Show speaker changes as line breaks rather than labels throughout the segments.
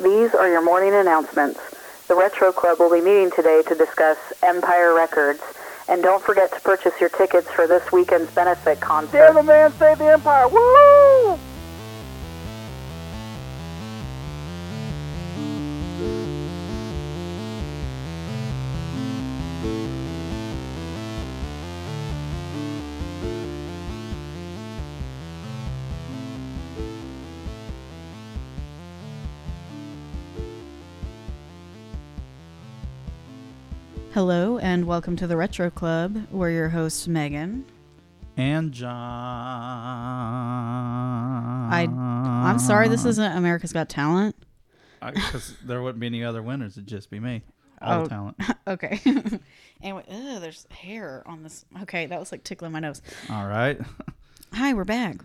These are your morning announcements. The Retro Club will be meeting today to discuss Empire Records. And don't forget to purchase your tickets for this weekend's benefit
Dare
concert.
the man save the empire. Woo!
Hello and welcome to the Retro Club. We're your hosts, Megan.
and John.
I I'm sorry this isn't America's Got Talent.
because there wouldn't be any other winners. It'd just be me. All
Oh.
the talent.
Okay. anyway, ugh, Oh, there's hair on this. Okay, that was like tickling my nose.
All right.
Hi, we're back.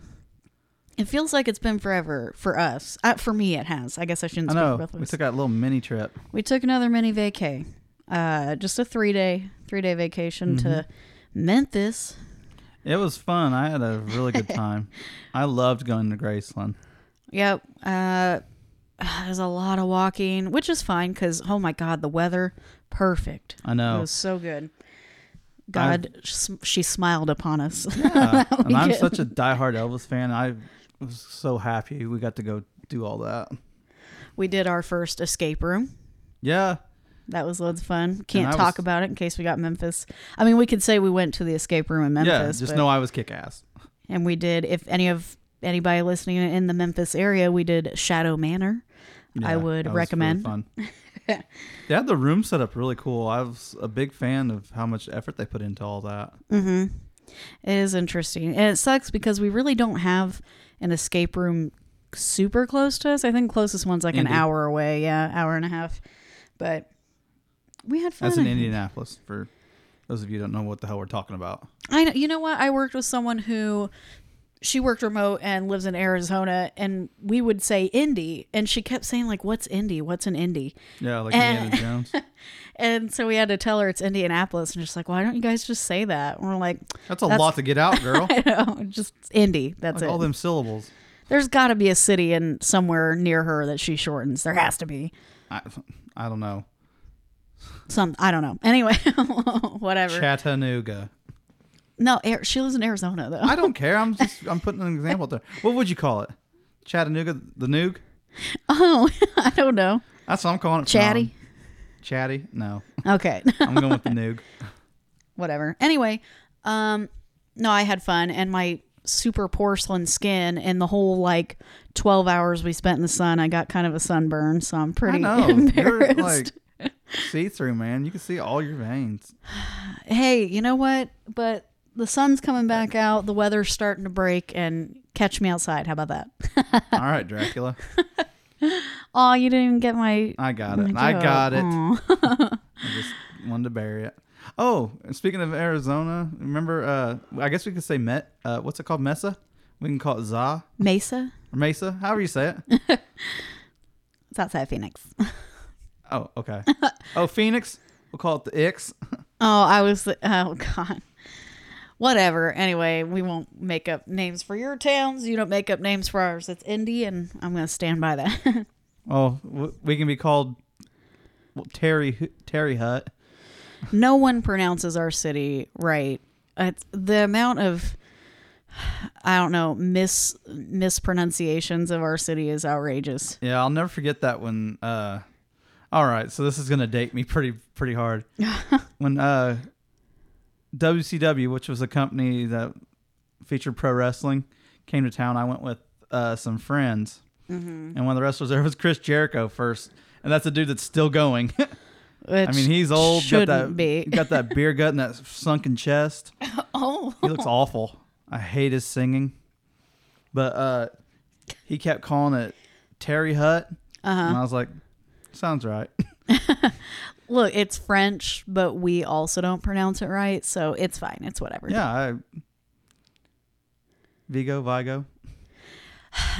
It feels like it's been forever for us. Uh, for me, it has. I guess I shouldn't
I
speak
know.
about
We took that little mini trip.
we took another mini vacay. Uh, just a three day three day vacation to
Mm-hmm.
Memphis.
It was fun. I had a really good time. I loved going to Graceland.
Yep. Uh, there's a lot of walking, which is fine because oh my god, the weather perfect.
I know.
it was so good. God, s she smiled upon us.
and I'm such a diehard Elvis fan. I was so happy we got to go do all that.
we did our first escape room.
Yeah.
That was loads of fun. Can't
I
talk
was-
about it in case we got Memphis. I mean, we could say we went to the escape room in Memphis,
Yeah. Just
but-
know I was kick ass.
and we did. If any of anybody listening in the Memphis area, we did Shadow Manor. I would recommend.
they had the room set up really cool. I was a big fan of how much effort they put into all that.
It is interesting. And it sucks because we really don't have an escape room super close to us. I think closest one's like
Indy.
an hour away. Yeah, hour and a half. But we had fun.
That's in
I think.
Indianapolis for those of you who don't know what the hell we're talking about.
I know. You know what? I worked with someone who she worked remote and lives in Arizona, and we would say indie, and she kept saying like, "What's indie? What's an indie?"
Yeah, like
And-
Indiana Jones.
And so we had to tell her it's Indianapolis, and she's like, "Why don't you guys just say that?" And we're like,
That's a
That's-
lot to get out, girl.
"I know, just indie. That's
like
it."
all them syllables.
There's got to be a city in somewhere near her that she shortens. There has to be
I, I don't know.
some. I don't know. Anyway, whatever.
Chattanooga.
No, Ar- she lives in Arizona though.
I don't care. I'm just I'm putting an example out there. What would you call it? Chattanooga, the Noog.
oh, I don't know.
That's what I'm calling it. from now on.
Chatty.
Chatty. No,
Okay.
I'm going with the Noog.
whatever. Anyway, um no, I had fun and my super porcelain skin and the whole like 12 hours we spent in the sun, I got kind of a sunburn, so I'm
I
pretty
know. You're
embarrassed.
like see through, man. You can see all your veins.
hey, you know what? But the sun's coming back out, the weather's starting to break and catch me outside. How about that?
All right, Dracula.
Oh, you didn't even get my
I got
Oh my
it. I
joke.
got it.
Aw.
I just wanted to bury it. Oh, and speaking of Arizona, remember? Uh, I guess we could say Met. Uh, what's it called? Mesa. We can call it Za
Mesa?
or Mesa. However you say it.
It's outside of Phoenix.
Oh, okay. Oh, Phoenix. We'll call it the Ix.
Oh, I was. Oh God. Whatever. Anyway, we won't make up names for your towns. You don't make up names for ours. It's indie, and I'm gonna stand by that.
Oh, w- we can be called well, Terry Hu- Terry Hut.
no one pronounces our city right. It's the amount of I don't know mis mispronunciations of our city is outrageous.
Yeah, I'll never forget that when. Uh, all right, so this is gonna date me pretty pretty hard. when uh, WCW, which was a company that featured pro wrestling, came to town, I went with uh, some friends,
Mm-hmm.
and one of the wrestlers there was Chris Jericho first, and that's a dude that's still going.
Which
I mean, he's old, got
Shouldn't
that
be.
got that beer gut and that sunken chest.
oh,
He looks awful. I hate his singing. But uh he kept calling it Terry Hut. And I was like, sounds right.
look, it's French, but we also don't pronounce it right, so it's fine. It's whatever.
yeah, I Vigo, Vigo.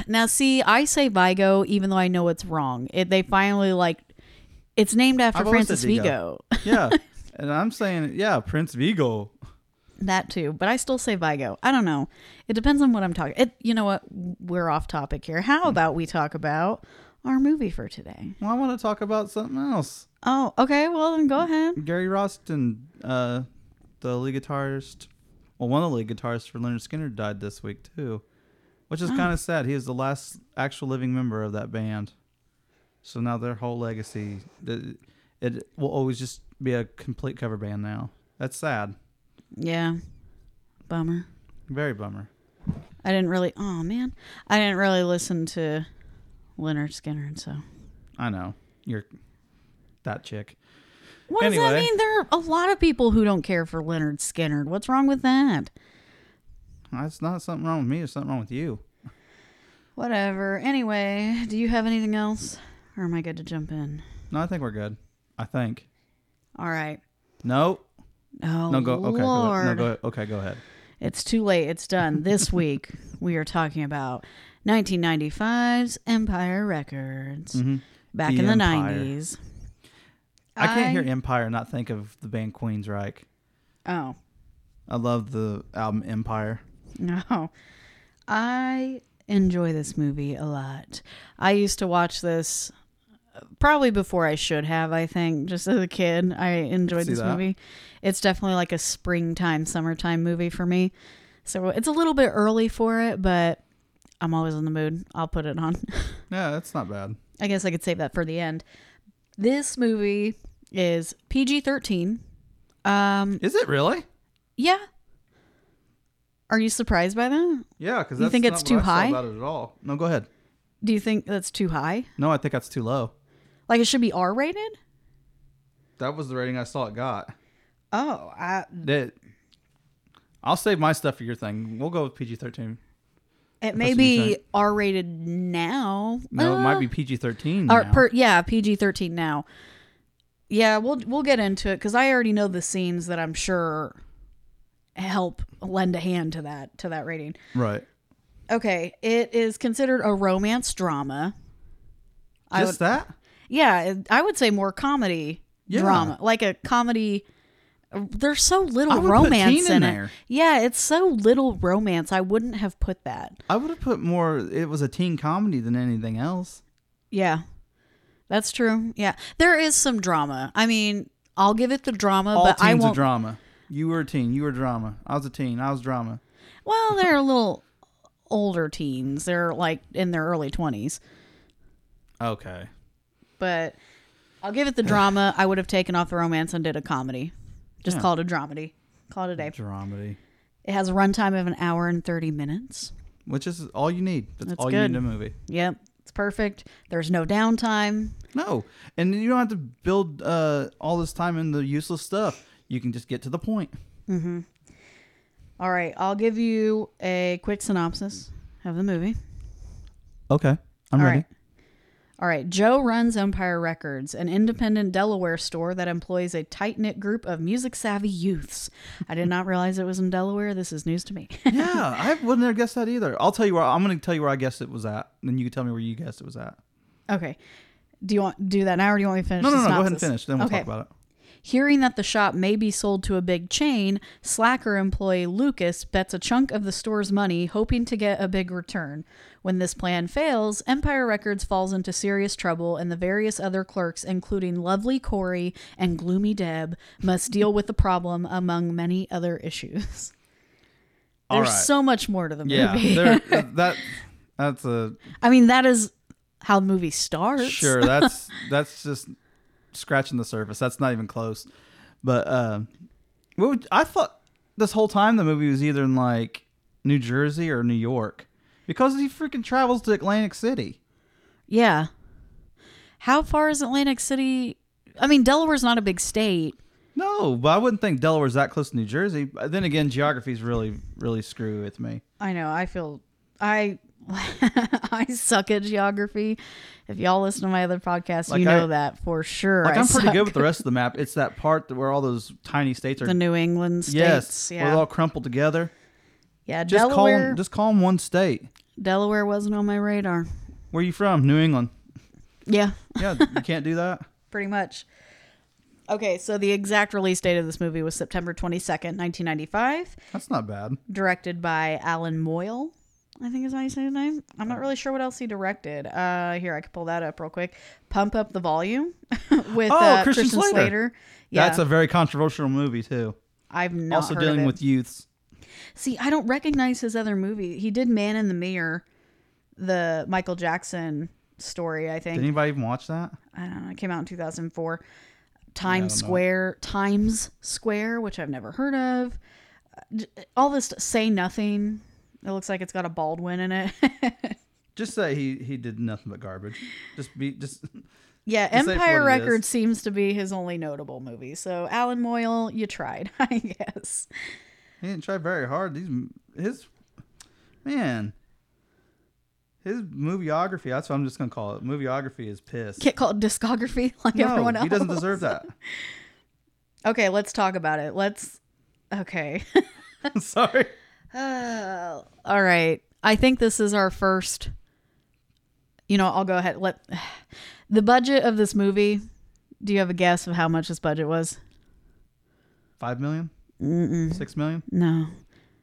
Now, see, I say Vigo even though I know it's wrong. It, they finally like it's named after
I've always
Francis
said
Vigo.
Vigo. Yeah. and I'm saying yeah, Prince Vigo.
That too, but I still say Vigo. I don't
Hmm.
know. It depends on what I'm talking. It, you know what? We're off topic here. How about we talk about our movie for today.
Well, I want to talk about something else.
Oh, okay. Well, then go ahead.
Gary Roston, uh, the lead guitarist, well, one of the lead guitarists for Leonard Skinner died this week too, which is kind of sad. He was the last actual living member of that band, so now their whole legacy, it, it will always just be a complete cover band now. That's sad.
Yeah. Bummer.
Very bummer.
I didn't really. Oh man, I didn't really listen to Leonard Skinner, and so
I know you're that chick.
what does that
Anyway.
mean? There are a lot of people who don't care for Leonard Skinner. What's wrong with that?
That's not something wrong with me. There's something wrong with you.
Whatever. Anyway, do you have anything else, or am I good to jump in?
No, I think we're good. I think.
All right.
No.
Oh
No. Go. Okay. Go
Lord,
ahead. No. Go ahead. Okay. Go ahead.
it's too late. It's done. This week we are talking about 1995's Empire Records. Back
Mm-hmm. The
in the
Empire.
90s.
I can't
I-
hear Empire and not think of the band Queensryche.
Oh.
I love the album Empire.
No. I enjoy this movie a lot. I used to watch this uh, probably before I should have, I think, just as a kid. I enjoyed
See
this
that.
movie. It's definitely like a springtime, summertime movie for me. So it's a little bit early for it, but I'm always in the mood. I'll put it on.
Yeah, that's not bad.
I guess I could save that for the end. This movie is PG 13. Um,
Is it really?
yeah. Are you surprised by that?
Yeah, because
You
that's
think
not
it's
what
too
I saw
high?
about it at all. No, go ahead.
Do you think that's too high?
No, I think that's too low.
Like it should be R rated?
That was the rating I saw it got.
Oh, I,
That I'll save my stuff for your thing. We'll go with PG thirteen.
it may
what you
be
think.
R rated now.
No, it
Uh,
might be PG thirteen.
or
now.
per, yeah, PG thirteen now. Yeah, we'll we'll get into it because I already know the scenes that I'm sure help lend a hand to that to that rating.
right.
Okay, it is considered a romance drama. I
Just that?
Yeah, it- I would say more comedy
Yeah.
drama, like a comedy. There's so little
I would put
romance
teen
in,
in
it.
there.
Yeah, it's so little romance. I wouldn't have put that.
I would have put more. It was a teen comedy than anything else.
Yeah, that's true. Yeah, there is some drama. I mean, I'll give it the drama,
All
Uh, but I
teens are
won't.
drama. You were a teen. You were drama. I was a teen. I was drama.
well, they're a little older teens. They're like in their early twenties,
Okay.
but I'll give it the drama. I would have taken off the romance and did a comedy. Just
Yeah.
call it a dramedy. Call it a day.
Dramedy.
It has a runtime of an hour and thirty minutes.
Which is all you need. That's,
That's
all you need
good.
in a movie.
Yep. It's perfect. There's no downtime.
No. And you don't have to build uh, all this time into useless stuff. You can just get to the point.
All right, I'll give you a quick synopsis of the movie.
Okay. I'm
All
ready.
right. All right. Joe runs Empire Records, an independent Delaware store that employs a tight knit group of music savvy youths. I did not realize it was in Delaware. This is news to me.
Yeah, I wouldn't have guessed that either. I'll tell you where I'm going to tell you where I guessed it was at. Then you can tell me where you guessed it was at.
okay. Do you want do that now or do you want me to finish?
No,
the
no, no. Go ahead and
synopsis?
finish. Then we'll
Okay.
talk about it.
Hearing that the shop may be sold to a big chain, Slacker employee Lucas bets a chunk of the store's money, hoping to get a big return. When this plan fails, Empire Records falls into serious trouble, and the various other clerks, including Lovely Corey and Gloomy Deb, must deal with the problem among many other issues.
All
There's
right.
so much more to the
Yeah.
movie.
there, that that's a
I mean, that is how the movie starts.
Sure, that's that's just scratching the surface. That's not even close. But um, what would, I thought this whole time the movie was either in like New Jersey or New York because he freaking travels to Atlantic City.
Yeah. How far is Atlantic City? I mean, Delaware's not a big state.
No, but I wouldn't think Delaware's that close to New Jersey. But then again, geography's really really screwy with me.
I know. I feel I I suck at geography. If y'all listen to my other podcast,
Like
you know
I-
that for sure.
Like
I
I'm pretty
suck
good with the rest of the map. It's that part that where all those tiny states are.
the New England states.
yes, where
yeah,
they're all crumpled together.
yeah.
Just call 'em-
Delaware,
just call 'em one state.
Delaware wasn't on my radar.
Where you from? New England.
Yeah,
Yeah, you can't do that.
pretty much. Okay, so the exact release date of this movie was September 22nd, 1995,
That's not bad.
directed by Alan Moyle. I think is how you say his name. I'm
Oh.
not really sure what else he directed. Uh, here I could pull that up real quick. Pump up the volume with
Oh,
uh,
Christian
Christian,
Slater.
Slater. Yeah,
That's a very controversial movie too.
I've not
also
heard
dealing
of it.
with youths.
See, I don't recognize his other movie. He did Man in the Mirror, the Michael Jackson story. I think
Did anybody even watch that?
I don't know. It came out in 2004. Times Square, Times Square, which I've never heard of. Uh, j- All this say nothing. It looks like it's got a Baldwin in it.
Just say he he did nothing but garbage. Just be just
yeah,
Just say for
Empire
what it is.
Records seems to be his only notable movie. So Alan Moyle, you tried, I guess.
he didn't try very hard. These his man. His movieography, that's what I'm just gonna call it. Movieography is piss.
Get called discography like everyone
no,
else.
he doesn't deserve that.
Okay, let's talk about it. Let's. Okay.
Sorry.
Uh, all right. I think this is our first. You know, I'll go ahead. Let the budget of this movie. Do you have a guess of how much this budget was?
Five million? Six million?
No,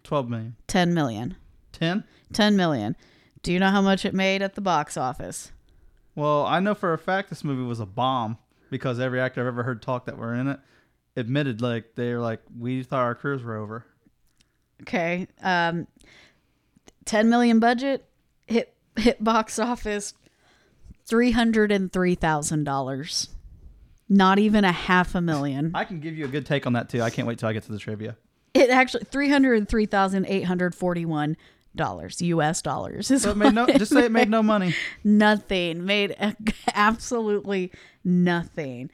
Twelve million?
ten million.
Ten?
Ten million. Do you know how much it made at the box office?
Well, I know for a fact this movie was a bomb because every actor I've ever heard talk that were in it admitted like they were like, We thought our careers were over.
Okay, um, ten million budget hit hit box office three hundred and three thousand dollars. Not even a half a million.
I can give you a good take on that too. I can't wait till I get to the trivia.
It actually three hundred and three thousand eight hundred forty one dollars U.S. dollars is
So it made no just say it made no money.
nothing made absolutely nothing.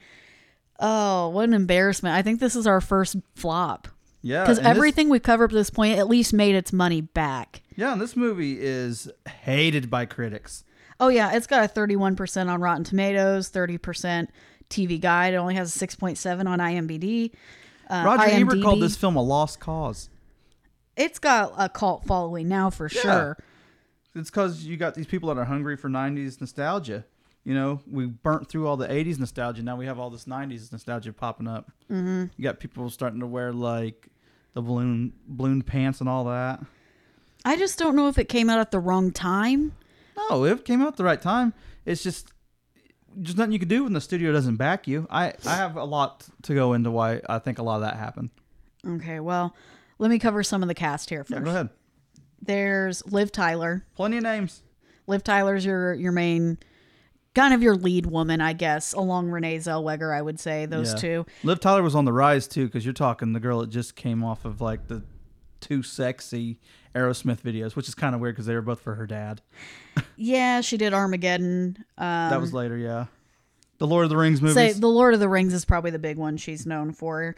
Oh, what an embarrassment! I think this is our first flop
Yeah.
because
Uh, and this-
everything we've covered up to this point at least made its money back.
yeah, and this movie is hated by critics.
Oh yeah, it's got a thirty one percent on Rotten Tomatoes, thirty percent TV Guide. It only has a six point seven on IMDb. Uh,
Roger Ebert
IMDb.
called this film a lost cause.
It's got a cult following now for sure.
It's because you got these people that are hungry for 90s nostalgia. You know, we burnt through all the 80s nostalgia. Now we have all this 90s nostalgia popping up. Mm-hmm. You got people starting to wear like the balloon balloon pants and all that.
I just don't know if it came out at the wrong time.
No, it came out at the right time. It's just there's nothing you can do when the studio doesn't back you. I I have a lot to go into why I think a lot of that happened.
Okay, well, let me cover some of the cast here
Yeah,
first.
go ahead.
There's Liv Tyler.
Plenty of names.
Liv Tyler's your your main kind of your lead woman, I guess, along Renee Zellweger, I would say, those
Yeah.
two.
Liv Tyler was on the rise too, because you're talking the girl that just came off of like the two sexy Aerosmith videos, which is kind of weird because they were both for her dad.
Yeah, she did Armageddon. Uh
that was later, yeah. The Lord of the Rings
say
movies.
the Lord of the Rings is probably the big one she's known for.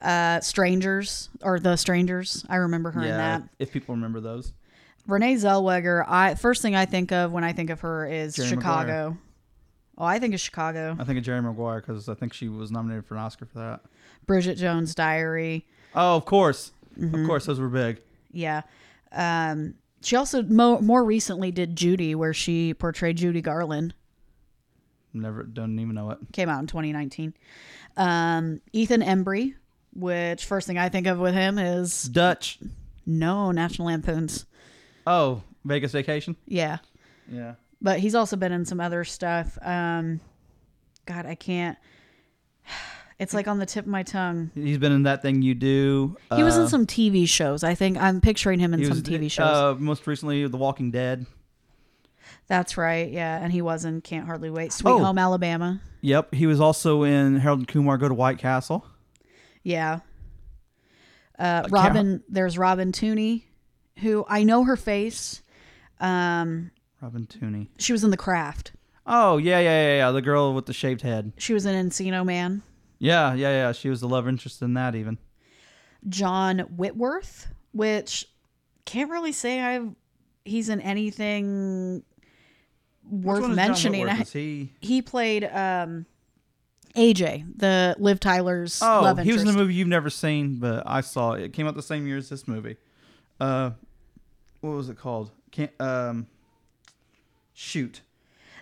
Uh Strangers or The Strangers. I remember her in
yeah,
that.
if people remember those.
Renee Zellweger, I first thing I think of when I think of her is
Jerry
Chicago. Oh, I think of Chicago.
I think of Jerry Maguire because I think she was nominated for an Oscar for that.
Bridget Jones' Diary.
Oh, of course,
Mm-hmm.
of course, those were big.
Yeah. Um, she also mo- more recently did Judy, where she portrayed Judy Garland.
Never, don't even know it.
Came out in 2019. Um, Ethan Embry, which first thing I think of with him is
Dutch.
no National Lampoons.
Oh, Vegas Vacation.
Yeah,
Yeah.
but he's also been in some other stuff. Um, God, I can't. It's like on the tip of my tongue.
He's been in that thing you do.
He was
uh,
in some TV shows. I think I'm picturing him in
he
some
was-
TV shows.
Uh, most recently, The Walking Dead.
That's right. Yeah, and he was in Can't Hardly Wait, Sweet
Oh.
Home Alabama.
Yep, he was also in Harold and Kumar Go to White Castle.
Yeah. Uh, Robin, there's Robin Tooney, who I know her face. Um,
Robin Tooney.
she was in The Craft.
Oh yeah, yeah, yeah, yeah. The girl with the shaved head.
She was in Encino Man.
Yeah, yeah, yeah. She was the love interest in that even.
John Whitworth, which can't really say I've he's in anything worth mentioning. I-
he?
he played um, AJ, the Liv Tyler's
Oh,
love
he was in a
interest.
movie you've never seen, but I saw it. It came out the same year as this movie. Uh, what was it called? Can't um. Shoot,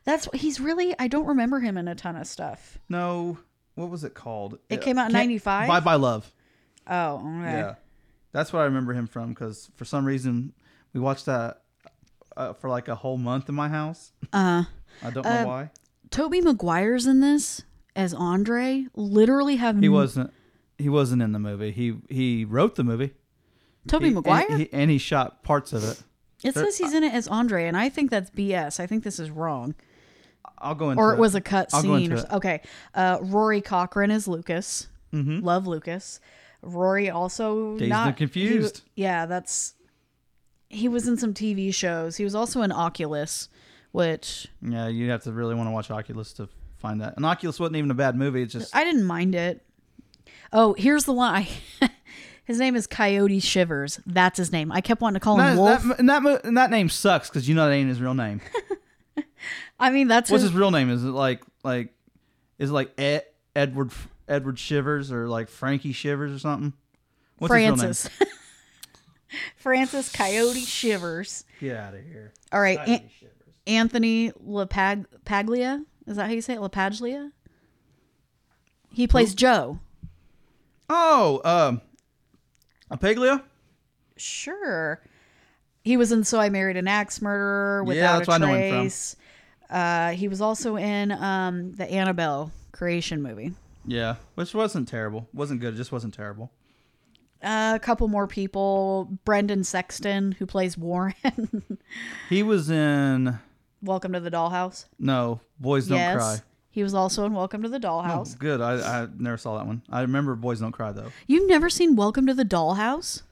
That's he's really I don't remember him in a ton of stuff.
no. What was it called?
It came out in
Can't-
95?
Bye bye love.
Oh, okay.
Yeah, that's what I remember him from. Because for some reason we watched that uh, for like a whole month in my house.
Uh,
I don't know why.
Toby Maguire's in this as Andre. Literally have
He wasn't. He wasn't in the movie. He he wrote the movie.
Toby
He-
Maguire.
And he, and he shot parts of it.
it says he's in it as Andre, and I think that's BS. I think this is wrong.
I'll go into
or it
it
was a cut
I'll go
scene.
into
Or,
it.
s- okay, uh, Rory Cochran is Lucas. Love Lucas. Rory also
Mm-hmm. Dazed
not
and Confused.
he- yeah, that's he was in some TV shows. He was also in Oculus, which
Yeah, you have to really want to watch Oculus to find that. And Oculus wasn't even a bad movie. It's just
I didn't mind it. Oh, here's the one. I, his name is Coyote Shivers. That's his name. I kept wanting to call him
that,
Wolf.
that, and that mo- and that name sucks because you know that ain't his real name.
I mean, that's
What's
his,
his real name? Is it like like is it like Ed, Edward Edward Shivers or like Frankie Shivers or something? What's
Francis. Francis Coyote Shivers.
His real name? Get out of here.
All right, An- Anthony LaPag- Paglia. Is that how you say it? LaPaglia? He plays Joe.
Oh, um, Apaglia.
Sure. He was in So I Married an Axe Murderer without
that's
a
where I know him from.
trace. Uh, he was also in um, the Annabelle creation movie.
Yeah, which wasn't terrible. wasn't good. It just wasn't terrible.
Uh, a couple more people. Brendan Sexton, who plays Warren.
He was in
Welcome to the Dollhouse.
no Boys Don't
yes.
Cry.
He was also in Welcome to the
Oh,
Dollhouse.
good. I, I never saw that one. I remember Boys Don't Cry though.
You've never seen Welcome to the Dollhouse?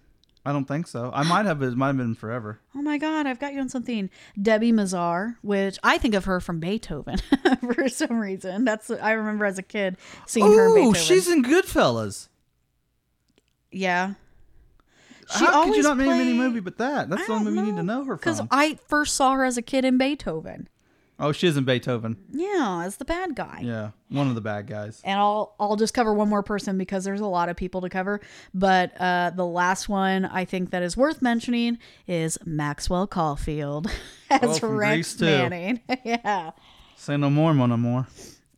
I don't think so. I might have. It might have been forever.
Oh my God, I've got you on something. Debbie Mazar, which I think of her from Beethoven for some reason. That's I remember as a kid seeing her in
Oh,
Beethoven.
she's in Goodfellas.
yeah. She
How could
always
you not name any
played-
movie but that? That's
I
the only
don't
movie you need to know her
Because
from.
I first saw her as a kid in Beethoven.
oh, she is in Beethoven.
Yeah, as the bad guy.
Yeah, one of the bad guys.
And I'll I'll just cover one more person because there's a lot of people to cover. But uh, the last one I think that is worth mentioning is Maxwell Caulfield as
from Grease,
Rex
too.
Manning. yeah.
Say no more, Mona More.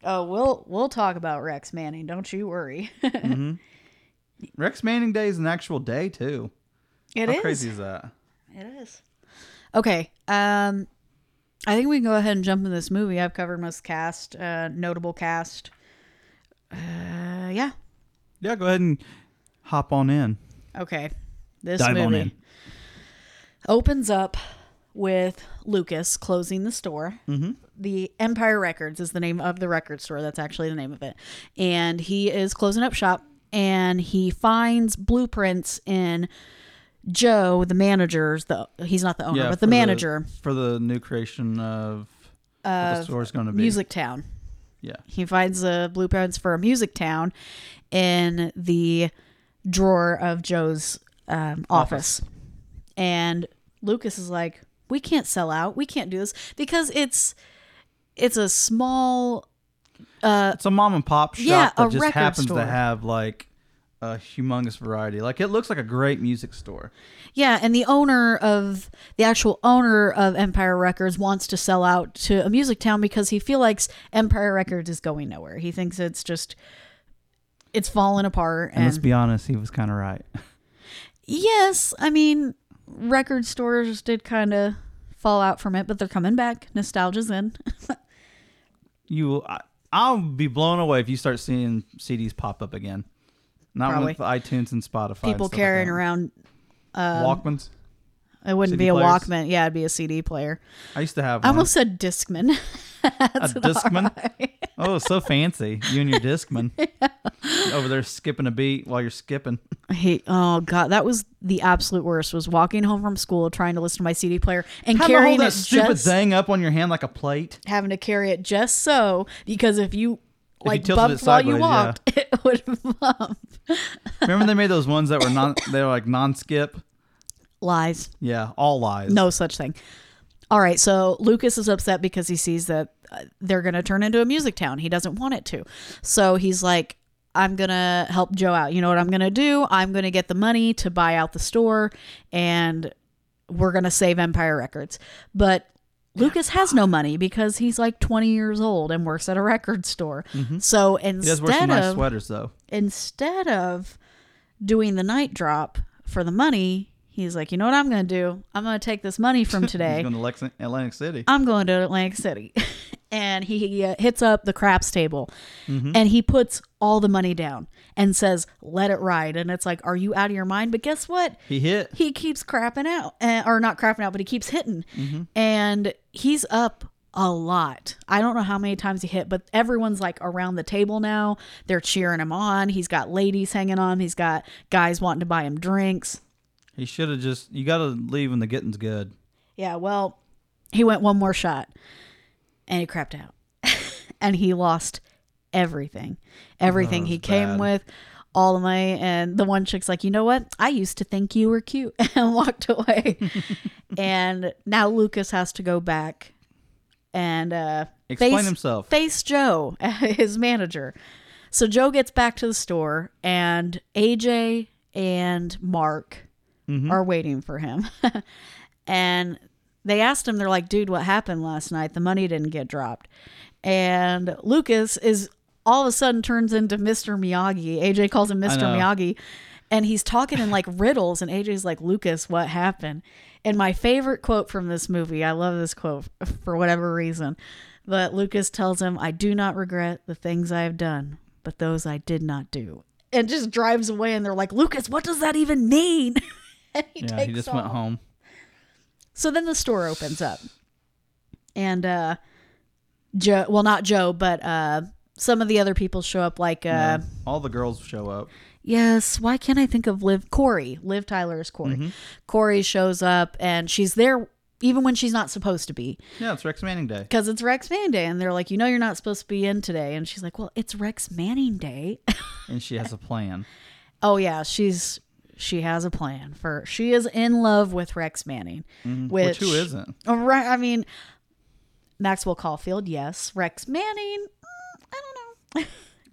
Oh, we'll we'll talk about Rex Manning. Don't you worry.
Rex Manning Day is an actual day too.
It
How
is.
crazy is that?
It is. Okay. Um, I think we can go ahead and jump in this movie. I've covered most cast, uh, notable cast. Uh, yeah.
Yeah, go ahead and hop on in.
Okay. This
Dive
movie
on in.
opens up with Lucas closing the store. Mm-hmm. The Empire Records is the name of the record store. That's actually the name of it. And he is closing up shop and he finds blueprints in Joe, the manager's the he's not the owner,
Yeah,
but the
for
manager,
for the new creation of what the store's going to be.
Music Town.
Yeah,
He finds the blueprints for a Music Town in the drawer of Joe's um, office. And Lucas is like, "We can't sell out. We can't do this because it's it's a small
it's a mom and pop shop
Yeah, a
that just
record
happens
store.
to have like a humongous variety. Like it looks like a great music store.
yeah." And the owner of the actual owner of Empire Records wants to sell out to a Music Town because he feels like Empire Records is going nowhere. He thinks it's just it's falling apart. And,
And let's be honest, he was kind of right.
Yes, I mean record stores did kind of fall out from it, but they're coming back. Nostalgia's in.
You, I, I'll be blown away if you start seeing CDs pop up again. Not
Probably.
with iTunes and Spotify. and
People
stuff like
carrying
that.
around.
Walkmans.
It wouldn't
CD
be a
players? Uh-huh.
Walkman. Yeah, it'd be a CD player.
I used to have
I
one.
almost said Discman.
a Discman. oh, so fancy. You and your Discman over there skipping a beat while you're skipping.
I hate. Oh god, that was the absolute worst. Was walking home from school trying to listen to my CD player and
Having to
carrying
hold that
it
stupid
just
thing up on your hand like a plate.
having to carry it just so because if you like
tilted it
bumped while you
sideways, yeah.
walked, it would bump.
Remember they made those ones that were non they were like non skip?
Lies.
Yeah, all lies.
No such thing. All right, so Lucas is upset because he sees that uh, they're going to turn into a music town. He doesn't want it to. So he's like, I'm going to help Joe out. You know what I'm going to do? I'm going to get the money to buy out the store and we're going to save Empire Records. But Lucas has no money because he's like 20 years old and works at a record store. So
Mm-hmm. He does wear some
instead
nice
of
sweaters though.
instead of doing the night drop for the money, He's like, you know what I'm going to do? I'm going to take this money from today.
He's going to Lex- Atlantic City.
I'm going to Atlantic City. and he, he, uh, hits up the craps table and he puts all the money down and says, let it ride. And it's like, are you out of your mind? But guess what?
He hit.
He keeps crapping out, uh, or not crapping out, but he keeps hitting. And he's up a lot. I don't know how many times he hit, but everyone's like around the table now. They're cheering him on. He's got ladies hanging on, he's got guys wanting to buy him drinks.
He should have just. You got to leave when the getting's good.
Yeah, well, he went one more shot and he crapped out. and he lost everything. Everything he came
Oh, bad.
with, all the money. And the one chick's like, you know what? I used to think you were cute and walked away. and now Lucas has to go back and uh,
Explain
face-
himself.
Face Joe, his manager. So Joe gets back to the store, and AJ and Mark are waiting for him. and they asked him, they're like, dude, what happened last night? The money didn't get dropped. And Lucas is all of a sudden turns into Mr. Miyagi. AJ calls him Mr.
know.
Miyagi. And he's talking in like riddles, and AJ's like, Lucas, what happened? And my favorite quote from this movie, I love this quote for whatever reason, but Lucas tells him, I do not regret the things I have done, but those I did not do. And just drives away, and they're like, Lucas, what does that even mean? and he
yeah,
takes
he just
off.
went home.
So then the store opens up, and uh, Joe, well, not Joe, but uh, some of the other people show up. Like, uh,
All the girls show up.
yes, why can't I think of Liv? Corey, Liv Tyler is Corey.
Mm-hmm.
Corey shows up, and she's there even when she's not supposed to be
Yeah, it's Rex Manning Day.
because it's Rex Manning Day, and they're like, you know, you're not supposed to be in today, and she's like, well, it's Rex Manning Day.
And she has a plan.
oh yeah, she's. She has a plan for. She is in love with Rex Manning,
Mm-hmm. Which, who isn't?
Oh, Right. I mean, Maxwell Caulfield, yes. Rex Manning, mm, I don't know.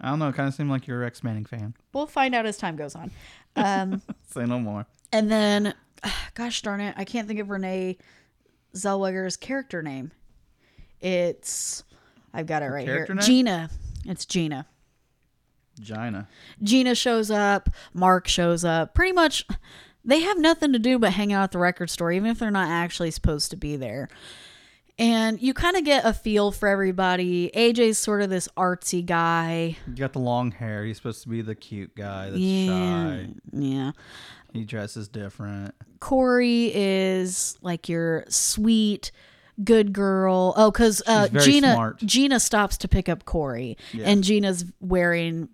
I don't know. It kind of seemed like you're a Rex Manning fan.
we'll find out as time goes on.
Say no more.
And then, gosh darn it, I can't think of Renee Zellweger's character name. It's, I've got it right here.
character name?
Gina. It's Gina.
Gina.
Gina shows up, Mark shows up. Pretty much they have nothing to do but hang out at the record store, even if they're not actually supposed to be there. And you kind of get a feel for everybody. AJ's sort of this artsy guy.
You got the long hair. He's supposed to be the cute guy that's
Yeah.
shy.
Yeah.
He dresses different.
Corey is like your sweet, good girl. Oh, because uh,
She's very
Gina
smart.
Gina stops to pick up Corey, and Gina's wearing,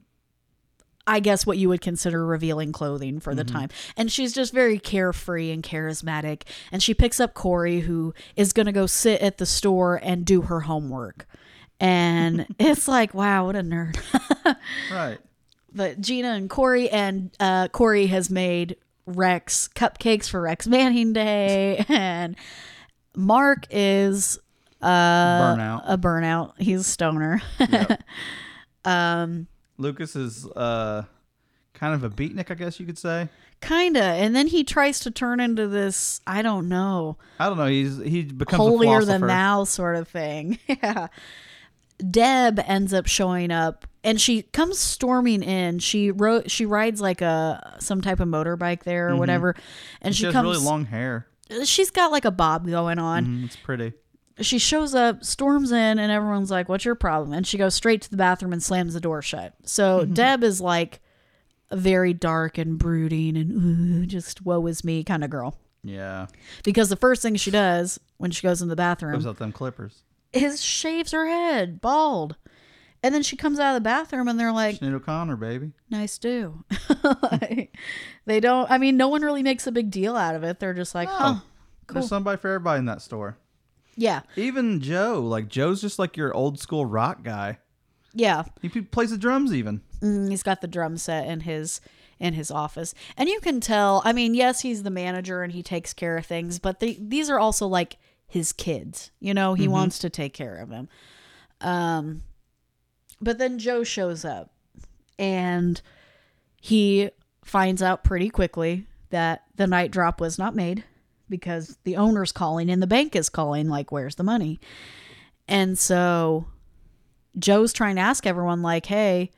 I guess, what you would consider revealing clothing for
Mm-hmm.
the time, and she's just very carefree and charismatic. And she picks up Corey, who is going to go sit at the store and do her homework. And it's like, wow, what a nerd.
Right.
but Gina and Corey and uh, Corey has made Rex cupcakes for Rex Manning Day, and Mark is Uh,
Burnout.
a burnout. He's a stoner.
Lucas is uh, kind of a beatnik, I guess you could say.
Kinda, and then he tries to turn into this—I don't know—holier
I don't know. He's he becomes a philosopher.
than thou sort of thing. yeah. Deb ends up showing up, and she comes storming in. She ro- she rides like a some type of motorbike there or whatever, and she,
Mm-hmm. She has
comes.
really long hair.
she's got like a bob going on.
Mm, It's pretty.
she shows up, storms in, and everyone's like, What's your problem? And she goes straight to the bathroom and slams the door shut. So Deb is like very dark and brooding and ooh, just woe is me kind of girl.
Yeah.
Because the first thing she does when she goes in the
Those
bathroom
out them clippers.
is shaves her head bald. And then she comes out of the bathroom and they're like,
Sinead O'Connor, baby.
nice do. Like, they don't, I mean, no one really makes a big deal out of it. They're just like, huh.
There's somebody for everybody in that store.
Yeah.
Even Joe. Like, Joe's just like your old school rock guy.
Yeah.
He p- plays the drums even.
Mm, he's got the drum set in his in his office and you can tell i mean yes he's the manager and he takes care of things but they, these are also like his kids you know he wants to take care of them um but then joe shows up and he finds out pretty quickly that the night drop was not made because the owner's calling and the bank is calling like where's the money and so joe's trying to ask everyone like hey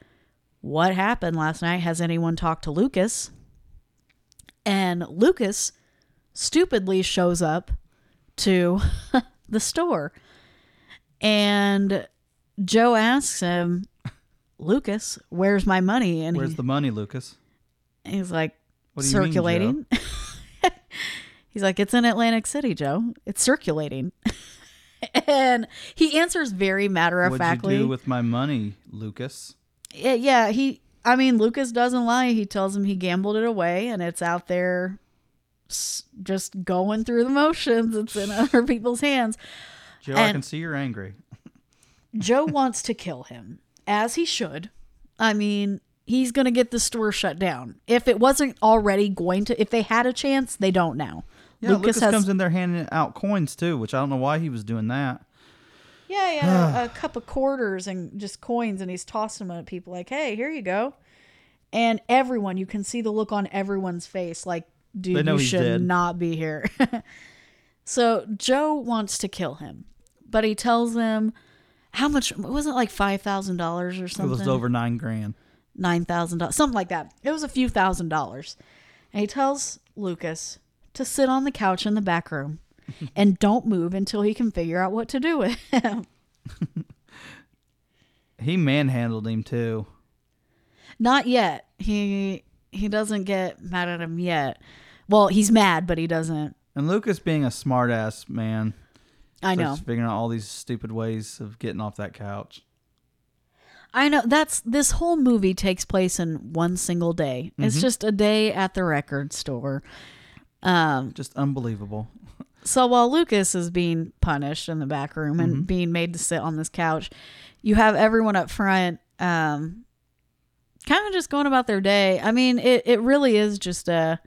what happened last night? Has anyone talked to Lucas? And Lucas stupidly shows up to the store. And Joe asks him, Lucas, where's my money? And
Where's
he,
the money, Lucas?
he's like,
What do you mean,
circulating. he's like, it's in Atlantic City, Joe. It's circulating. and he answers very matter of
What'd
factly.
you do with my money, Lucas?
yeah, yeah, he. I mean, Lucas doesn't lie. He tells him he gambled it away, and it's out there, s- just going through the motions. It's in other people's hands.
Joe, I
And-
can see you're angry.
Joe wants to kill him, as he should. I mean, he's going to get the store shut down. If it wasn't already going to, if they had a chance, they don't now.
Yeah, Lucas, comes in there handing out coins too, which I don't know why he was doing that.
Yeah, yeah, a cup of quarters and just coins, and he's tossing them at people like, "Hey, here you go." And everyone, you can see the look on everyone's face, like,
They
"Dude,
know
you
he's
should
dead."
not be here." so Joe wants to kill him, but he tells them how much it wasn't like five thousand dollars or something
It was over nine grand.
nine thousand dollars, something like that. It was a few thousand dollars, and he tells Lucas to sit on the couch in the back room and don't move until he can figure out what to do with him.
He manhandled him too.
Not yet. He he doesn't get mad at him yet. Well, he's mad, but he doesn't.
And Lucas being a smart ass man.
I know.
Just figuring out all these stupid ways of getting off that couch.
I know. That's this whole movie takes place in one single day. It's just a day at the record store. Um,
Just unbelievable.
So while Lucas is being punished in the back room and being made to sit on this couch, you have everyone up front um kind of just going about their day. I mean, it it really is just a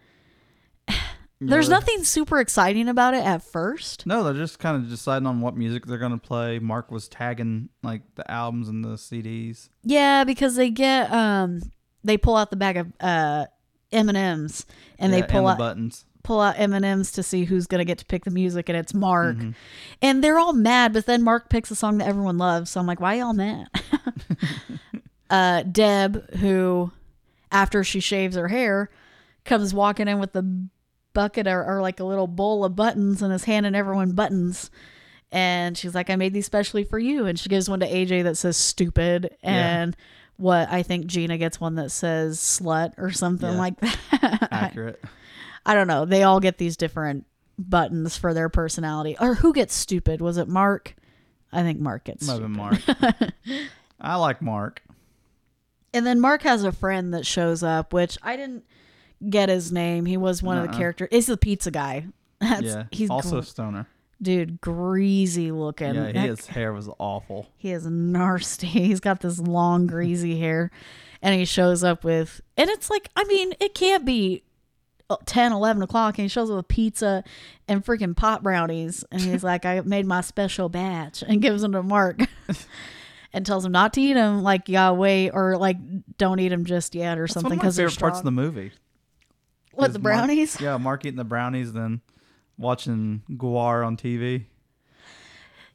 There's nothing super exciting about it at first.
No, they're just kind of deciding on what music they're gonna play. Mark was tagging like the albums and the CDs.
Yeah, because they get um they pull out the bag of uh M and M's and
Yeah,
they pull
the
out
buttons.
pull out M and M's to see who's gonna get to pick the music, and it's Mark,
Mm-hmm.
and they're all mad. But then Mark picks a song that everyone loves, so I'm like, why y'all mad? uh, Deb, who after she shaves her hair, comes walking in with the bucket or, or like a little bowl of buttons and is handing everyone buttons. And she's like, I made these specially for you. And she gives one to AJ that says stupid.
Yeah.
And what I think Gina gets one that says slut or something
Yeah.
like that.
Accurate.
I don't know. They all get these different buttons for their personality. Or who gets stupid? Was it Mark? I think Mark gets
Might have
stupid.
been Mark. I like Mark.
And then Mark has a friend that shows up, which I didn't get his name. He was one of the characters. He's the pizza guy. That's,
yeah.
He's also
also a stoner.
dude greasy looking.
Yeah,
That-
he, his hair was awful.
He is nasty. He's got this long greasy hair, and he shows up with, and it's like, I mean, it can't be 10, 11 o'clock, and he shows up with pizza and freaking pot brownies, and he's like, I made my special batch, and gives them to Mark, and tells him not to eat them, like Yahweh, or like don't eat them just yet, or
It's
something,
one of my
because they're
favorite parts of the movie.
strong. What
is
the
Mark-
brownies?
yeah, Mark eating the brownies, then watching Guar on TV.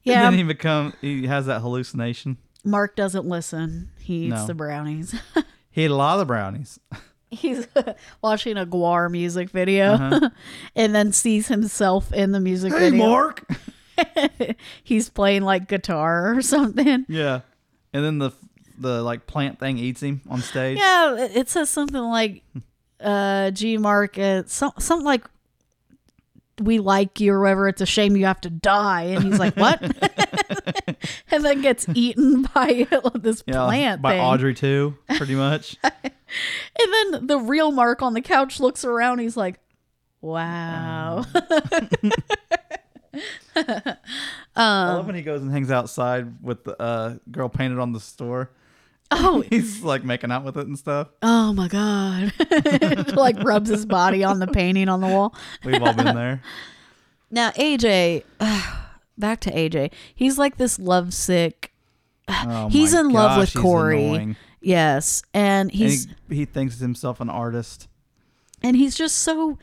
yeah,
And then he become he has that hallucination.
Mark doesn't listen. He eats
No.
the brownies.
He ate a lot of the brownies.
he's watching a Guar music video
Uh-huh.
and then sees himself in the music video.
Mark.
He's playing like guitar or something.
yeah. And then the the like plant thing eats him on stage.
Yeah, it- it says something like
Hmm.
uh G Mark uh, some something like we like you or whatever, it's a shame you have to die. And he's like, What? and then gets eaten by this
Yeah,
plant
by
thing. Um,
Audrey too, pretty much.
And then the real Mark on the couch looks around. He's like, wow.
Um, I love when he goes and hangs outside with the uh, girl painted on the store.
Oh,
He's like making out with it and stuff.
oh my God. like rubs his body on the painting on the wall.
We've all been there.
Now, AJ, back to AJ. He's like this lovesick.
Oh
he's
my
in love with
gosh, he's
Corey.
annoying.
Yes. And
And
he's
he, he thinks himself an artist.
and he's just so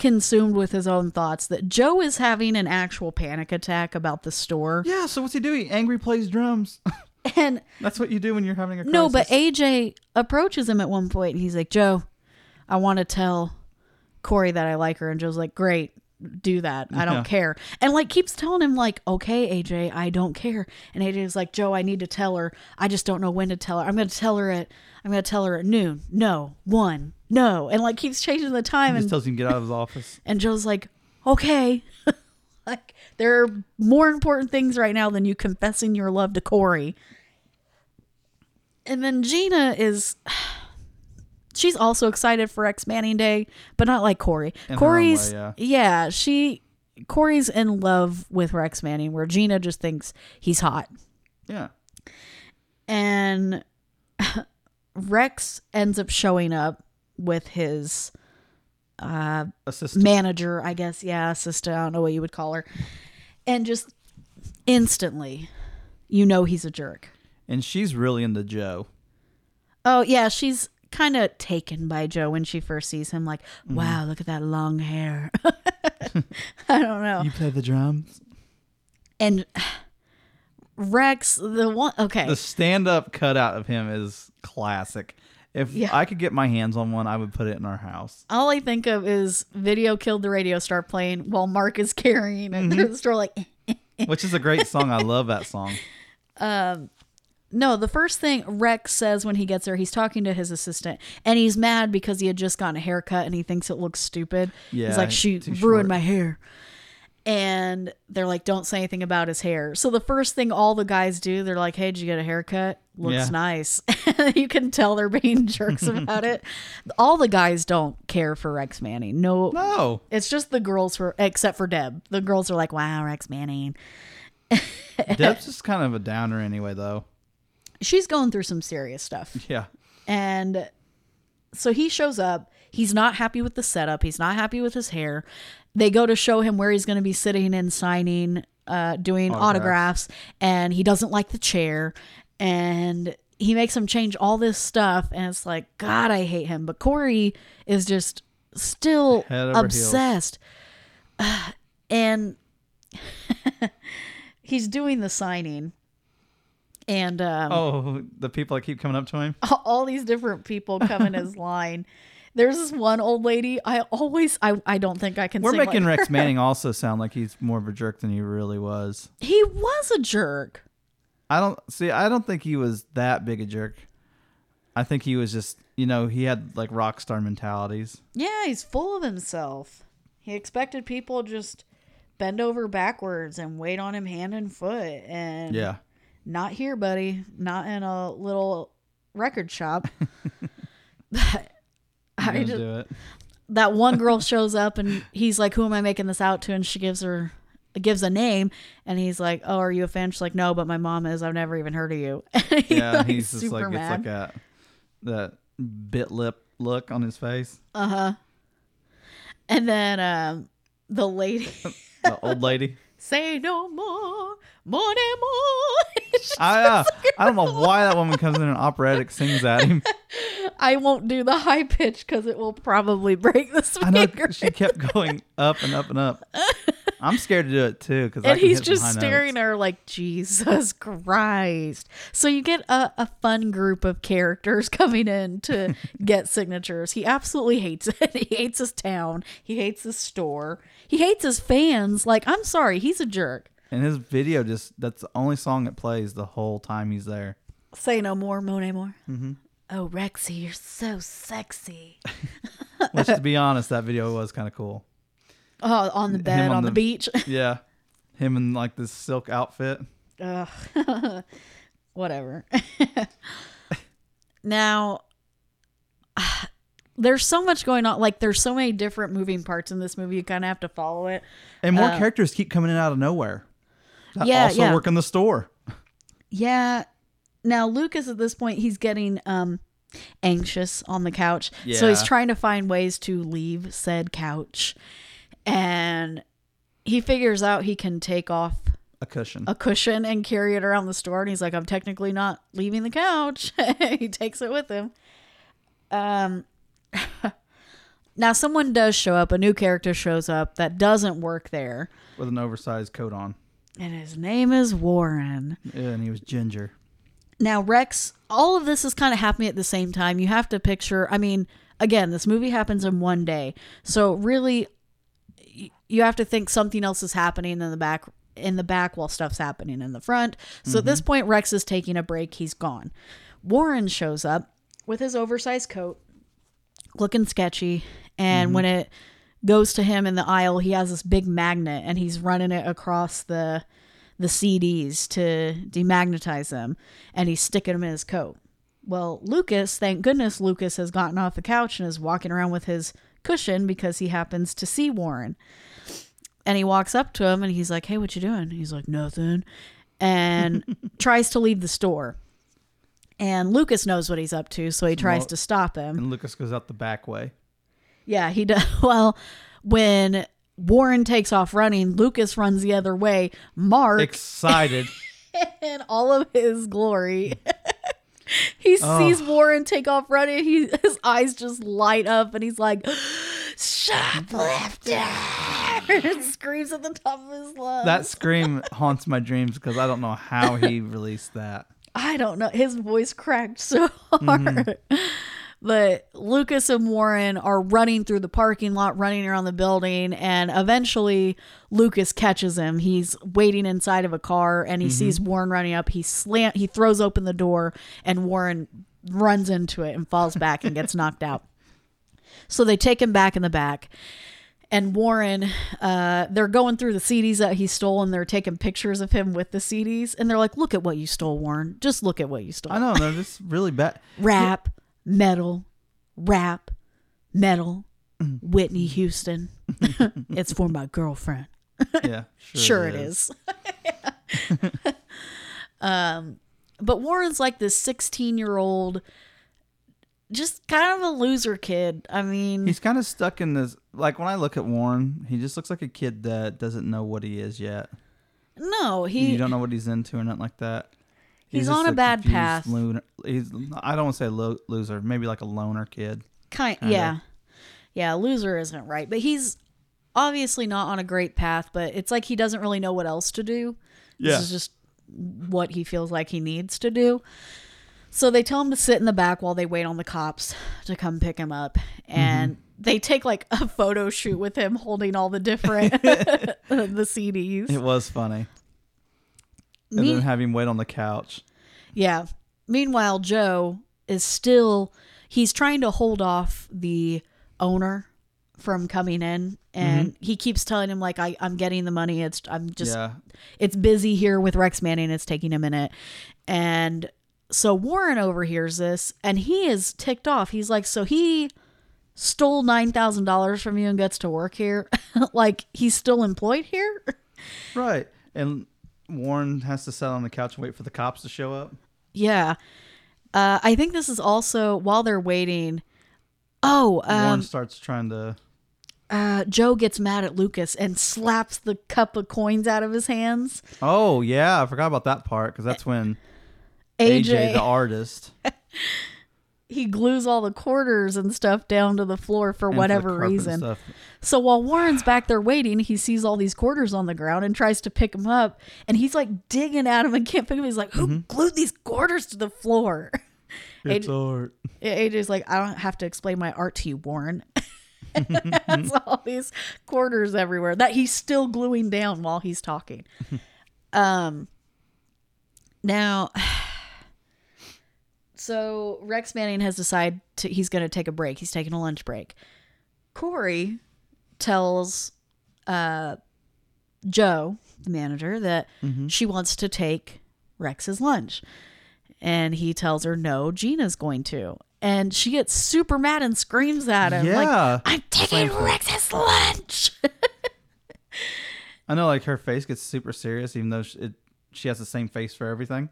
consumed with his own thoughts that Joe is having an actual panic attack about the store.
Yeah. So what's he doing? Angry plays drums.
And
That's what you do when you're having a crisis.
No, but AJ approaches him at one point and he's like, Joe, I want to tell Corey that I like her, and Joe's like, great, do that. I don't
Yeah.
care. And like keeps telling him like, okay, AJ, I don't care. And AJ's like, Joe, I need to tell her. I just don't know when to tell her. I'm gonna tell her at I'm gonna tell her at noon. No, one, no, and like keeps changing the time.
He
And
just tells him to get out of his office.
and Joe's like, okay. like, there are more important things right now than you confessing your love to Corey. And then Gina is. She's also excited for X Manning Day, but not like Corey.
In her own
Corey's.
way,
yeah.
yeah.
she. Corey's in love with Rex Manning, where Gina just thinks he's hot.
Yeah.
And Rex ends up showing up with his
Assistant.
manager, I guess. Yeah, sister. I don't know what you would call her. And just instantly, you know he's a jerk.
And she's really into Joe.
Oh, yeah, she's kind of taken by Joe when she first sees him. Like, wow, look at that long hair. I don't know.
You play the drums?
And Rex, the one. Okay.
The stand up cutout of him is classic. If
Yeah.
I could get my hands on one, I would put it in our house.
all I think of is video killed the radio star playing while Mark is carrying it through the store. Like,
Which is a great song. I love that song.
No, the first thing Rex says when he gets there, he's talking to his assistant and he's mad because he had just gotten a haircut and he thinks it looks stupid.
Yeah,
he's like, she
too
ruined
short."
my hair. And they're like, don't say anything about his hair. So the first thing all the guys do, they're like, hey, did you get a haircut? Looks
Yeah.
nice. you can tell they're being jerks about it. All the guys don't care for Rex Manning. No,
No.
it's just the girls for except for Deb. The girls are like, wow, Rex Manning.
Deb's just kind of a downer anyway, though.
She's going through some serious stuff.
Yeah.
And so he shows up. He's not happy with the setup. He's not happy with his hair. They go to show him where he's going to be sitting and signing, uh, doing autographs.
Autographs.
and he doesn't like the chair. And he makes him change all this stuff. And it's like, God, I hate him. But Corey is just still
Head over heels.
obsessed. And he's doing the signing. And um,
Oh, the people that keep coming up to him.
all these different people come in his line. There's this one old lady. I always, I, I don't think I can.
We're
sing like
making
her.
Rex Manning also sound like he's more of a jerk than he really was.
He was a jerk.
I don't see. I don't think he was that big a jerk. I think he was just, you know, he had like rock star mentalities.
Yeah, he's full of himself. He expected people to just bend over backwards and wait on him hand and foot. And
Yeah,
not here, buddy. Not in a little record shop.
I'm
I
gonna
just,
do it.
that one girl shows up and he's like, "Who am I making this out to?" And she gives her gives a name, and he's like, "Oh, are you a fan?" She's like, "No, but my mom is. I've never even heard of you." And
Yeah, he's just like it's like a that bit lip look on his face.
and then um, the lady
The old lady.
say no more, more than more.
I uh, I don't know why that woman comes in and operatic sings at him.
I won't do the high pitch because it will probably break the
I know
speaker.
she kept going up and up and up. I'm scared to do it too because
and he's just staring at her like jesus christ so you get a, a fun group of characters coming in to get signatures he absolutely hates it he hates his town he hates his store he hates his fans like i'm sorry he's a jerk
And his video just that's the only song it plays the whole time he's there.
say no more monet more
Mm-hmm.
oh rexy you're so sexy
Which to be honest, that video was kind of cool.
oh on the bed
on
on, the,
the-
beach
Yeah. Him in like this silk outfit.
Ugh. Whatever. now, there's so much going on. Like, there's so many different moving parts in this movie. You kind of have to follow it.
And more characters keep coming in out of nowhere. That
Uh, Yeah,
also
yeah.
work in the store.
Yeah. Now, Lucas at this point, he's getting um anxious on the couch. So he's
Yeah.
trying to find ways to leave said couch. And he figures out he can take off
A cushion.
a cushion and carry it around the store. And he's like, I'm technically not leaving the couch. he takes it with him. Um, now, someone does show up. A new character shows up that doesn't work there.
with an oversized coat on.
And his name is Warren.
Yeah, and he was ginger.
Now, Rex, all of this is kind of happening at the same time. You have to picture, I mean, Again, this movie happens in one day. So really y- you have to think something else is happening in the back in the back while stuff's happening in the front. So at this point Rex is taking a break. He's gone. Warren shows up with his oversized coat looking sketchy. And when it goes to him in the aisle, he has this big magnet and he's running it across the the CDs to demagnetize them and he's sticking them in his coat. Well, Lucas, thank goodness Lucas has gotten off the couch and is walking around with his cushion because he happens to see Warren. And he walks up to him and he's like, "Hey, what you doing?" He's like, "Nothing." And tries to leave the store. And Lucas knows what he's up to, so he tries
Well-
to stop him.
And Lucas goes out the back way.
Yeah, he does. Well, when Warren takes off running, Lucas runs the other way. Mark
Excited.
in all of his glory. he sees Warren take off running. He his eyes just light up and he's like shoplifter and screams at the top of his lungs.
that scream haunts my dreams because I don't know how he released that.
I don't know. His voice cracked so hard. But Lucas and Warren are running through the parking lot, running around the building, and eventually Lucas catches him. He's waiting inside of a car and he sees Warren running up. He slam he throws open the door and Warren runs into it and falls back and gets knocked out. So they take him back in the back and Warren, uh, they're going through the CDs that he stole and they're taking pictures of him with the CDs. And they're like, look at what you stole, Warren. Just look at what you stole.
I know they're just really bad.
Rap, metal, rap, metal, Whitney Houston. it's for my girlfriend.
Yeah, sure,
Sure, it is. um, but Warren's like this 16 year old, just kind of a loser kid. I mean,
He's kind of stuck in this. Like when I look at Warren, he just looks like a kid that doesn't know what he is yet.
no, he.
You don't know what he's into or nothing like that.
He's
just
on a bad
confused
path.
Loner. He's I don't want to say lo- loser, maybe like a loner kid.
kind yeah yeah loser isn't right but he's obviously not on a great path but it's like he doesn't really know what else to do
Yeah.
this is just what he feels like he needs to do so they tell him to sit in the back while they wait on the cops to come pick him up
Mm-hmm.
and they take like a photo shoot with him holding all the different the cds
It was funny. And
Me-
then have him wait on the couch.
Yeah. Meanwhile, Joe is still he's trying to hold off the owner from coming in and he keeps telling him like I, I'm getting the money. It's I'm just
yeah.
it's busy here with Rex Manning. It's taking a minute. And so Warren overhears this and he is ticked off. He's like, So he stole $9,000 from you and gets to work here? like, he's still employed here?
Right. And Warren has to sit on the couch and wait for the cops to show up.
Yeah. Uh, I think this is also while they're waiting. Oh,
Warren
um,
starts trying to
uh, Joe gets mad at Lucas and slaps the cup of coins out of his hands.
Oh, yeah, I forgot about that part cuz that's when
AJ,
AJ the artist
he glues all the quarters and stuff down to the floor for
and for the
whatever
carpet and
reason.
stuff.
So while Warren's back there waiting, he sees all these quarters on the ground and tries to pick them up. And he's like digging at him and can't pick them. He's like, "Who
Mm-hmm.
glued these quarters to the floor?"
It's art.
AJ's like, I don't have to explain my art to you, Warren. That's all these quarters everywhere that he's still gluing down while he's talking. um, now, so Rex Manning has decided to, he's going to take a break. He's taking a lunch break. Corey tells uh, Joe, the manager, that she wants to take Rex's lunch. And he tells her, no, Gina's going to. And she gets super mad and screams at him.
Yeah.
Like, I'm taking Rex's lunch.
I know like her face gets super serious even though she, it, she has the same face for everything.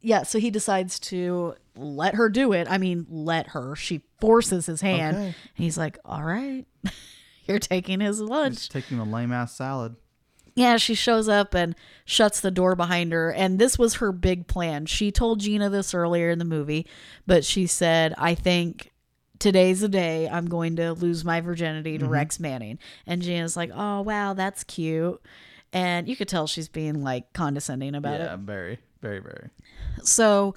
yeah, so he decides to let her do it. I mean, let her. She forces his hand.
Okay.
And he's like, all right, you're taking his lunch.
Just taking a lame ass salad.
Yeah, she shows up and shuts the door behind her. And this was her big plan. She told Gina this earlier in the movie, but she said, I think today's the day I'm going to lose my virginity
Mm-hmm.
to Rex Manning. And Gina's like, oh, wow, that's cute. And you could tell she's being like condescending about it.
Yeah, very, very, very.
So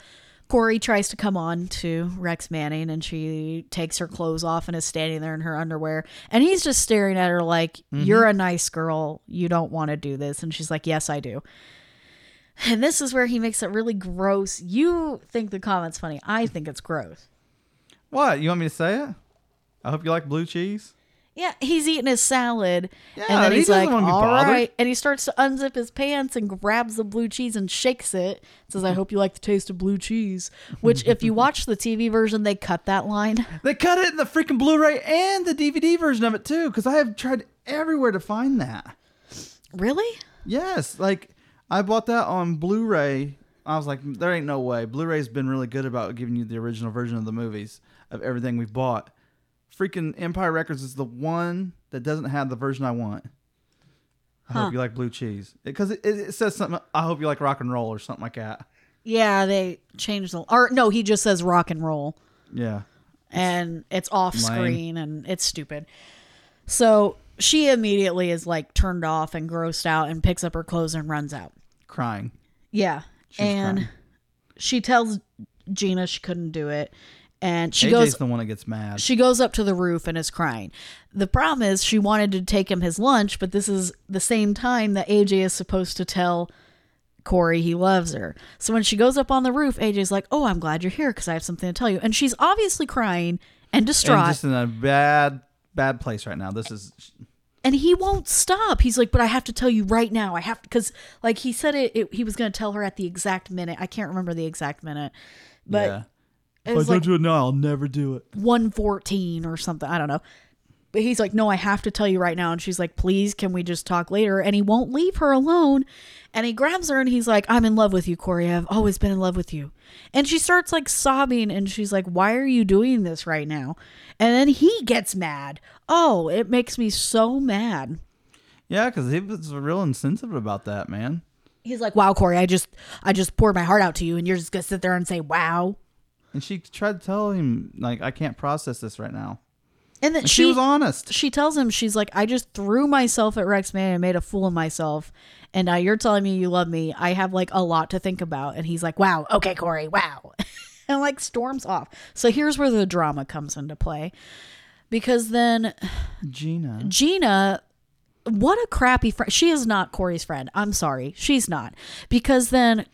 Corey tries to come on to Rex Manning and she takes her clothes off and is standing there in her underwear. And he's just staring at her like, You're a nice girl. You don't want to do this. And she's like, Yes, I do. And this is where he makes it really gross. You think the comment's funny. I think it's gross.
What? You want me to say it? I hope you like blue cheese.
Yeah, he's eating his salad.
Yeah,
and then
he
he's
doesn't
like,
wanna be
all
bothered."
right. And he starts to unzip his pants and grabs the blue cheese and shakes it. Says, I hope you like the taste of blue cheese. Which, if you watch the TV version, they cut that line.
They cut it in the freaking Blu-ray and the DVD version of it too, because I have tried everywhere to find that.
really?
Yes, like I bought that on Blu-ray. I was like, there ain't no way. Blu-ray's been really good about giving you the original version of the movies of everything we've bought. Freaking Empire Records is the one that doesn't have the version I want. I hope you like blue cheese because it, it, it says something. I hope you like rock and roll or something like that.
Yeah, they changed the. Or, no, he just says rock and roll.
Yeah,
and it's off screen and it's stupid. So she immediately is like turned off and grossed out and picks up her clothes and runs out.
crying.
Yeah. and
crying.
she tells Gina she couldn't do it. And she
AJ's
goes
the one that gets mad.
she goes up to the roof and is crying. The problem is she wanted to take him his lunch, but this is the same time that AJ is supposed to tell Corey he loves her. So when she goes up on the roof, AJ's like, "Oh, I'm glad you're here because I have something to tell you." And she's obviously crying and distraught.
and just in a bad, bad place right now. This is
and he won't stop. He's like, but I have to tell you right now. I have because like he said it, it he was going to tell her at the exact minute. I can't remember the exact minute, but
yeah.
it was like
do it now, I'll never do it.
one fourteen or something. I don't know. But he's like, no, I have to tell you right now. And she's like, please, can we just talk later? And he won't leave her alone. And he grabs her and he's like, I'm in love with you, Corey. I've always been in love with you. And she starts like sobbing and she's like, why are you doing this right now? And then he gets mad. Oh, it makes me so mad.
Yeah, because he was real insensitive about that, man.
He's like, "Wow, Corey, I just, I just poured my heart out to you, and you're just gonna sit there and say, wow."
And she tried to tell him, like, I can't process this right now.
And then
And
she,
she, was honest.
she tells him, she's like, "I just threw myself at Rex Man and made a fool of myself, and now you're telling me you love me. I have like a lot to think about." And he's like, "Wow, okay, Corey, wow," and like storms off. So here's where the drama comes into play, because then
Gina.
Gina, what a crappy friend. She is not Corey's friend. I'm sorry, she's not. Because then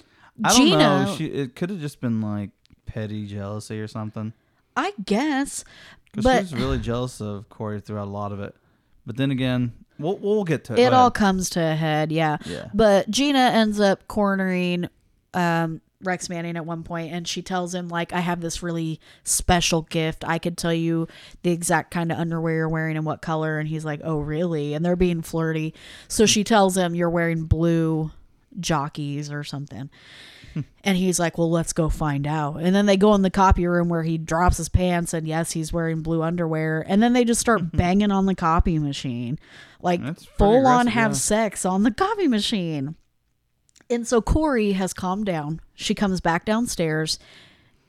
I don't
Gina,
know. She, it could have just been, like, petty jealousy or something.
I guess.
Because
but
she was really jealous of Corey throughout a lot of it. But then again, we'll, we'll get to it. Go
it all
ahead.
comes to a head yeah.
Yeah.
but gina ends up cornering um rex manning at one point and she tells him like i have this really special gift i could tell you the exact kind of underwear you're wearing and what color and he's like oh really and they're being flirty so she tells him you're wearing blue jockeys or something and he's like well let's go find out and then they go in the copy room where he drops his pants and yes he's wearing blue underwear and then they just start banging on the copy machine like
Mm-hmm. That's pretty
full on
aggressive,
have
yeah.
sex on the coffee machine. And so Corey has calmed down. She comes back downstairs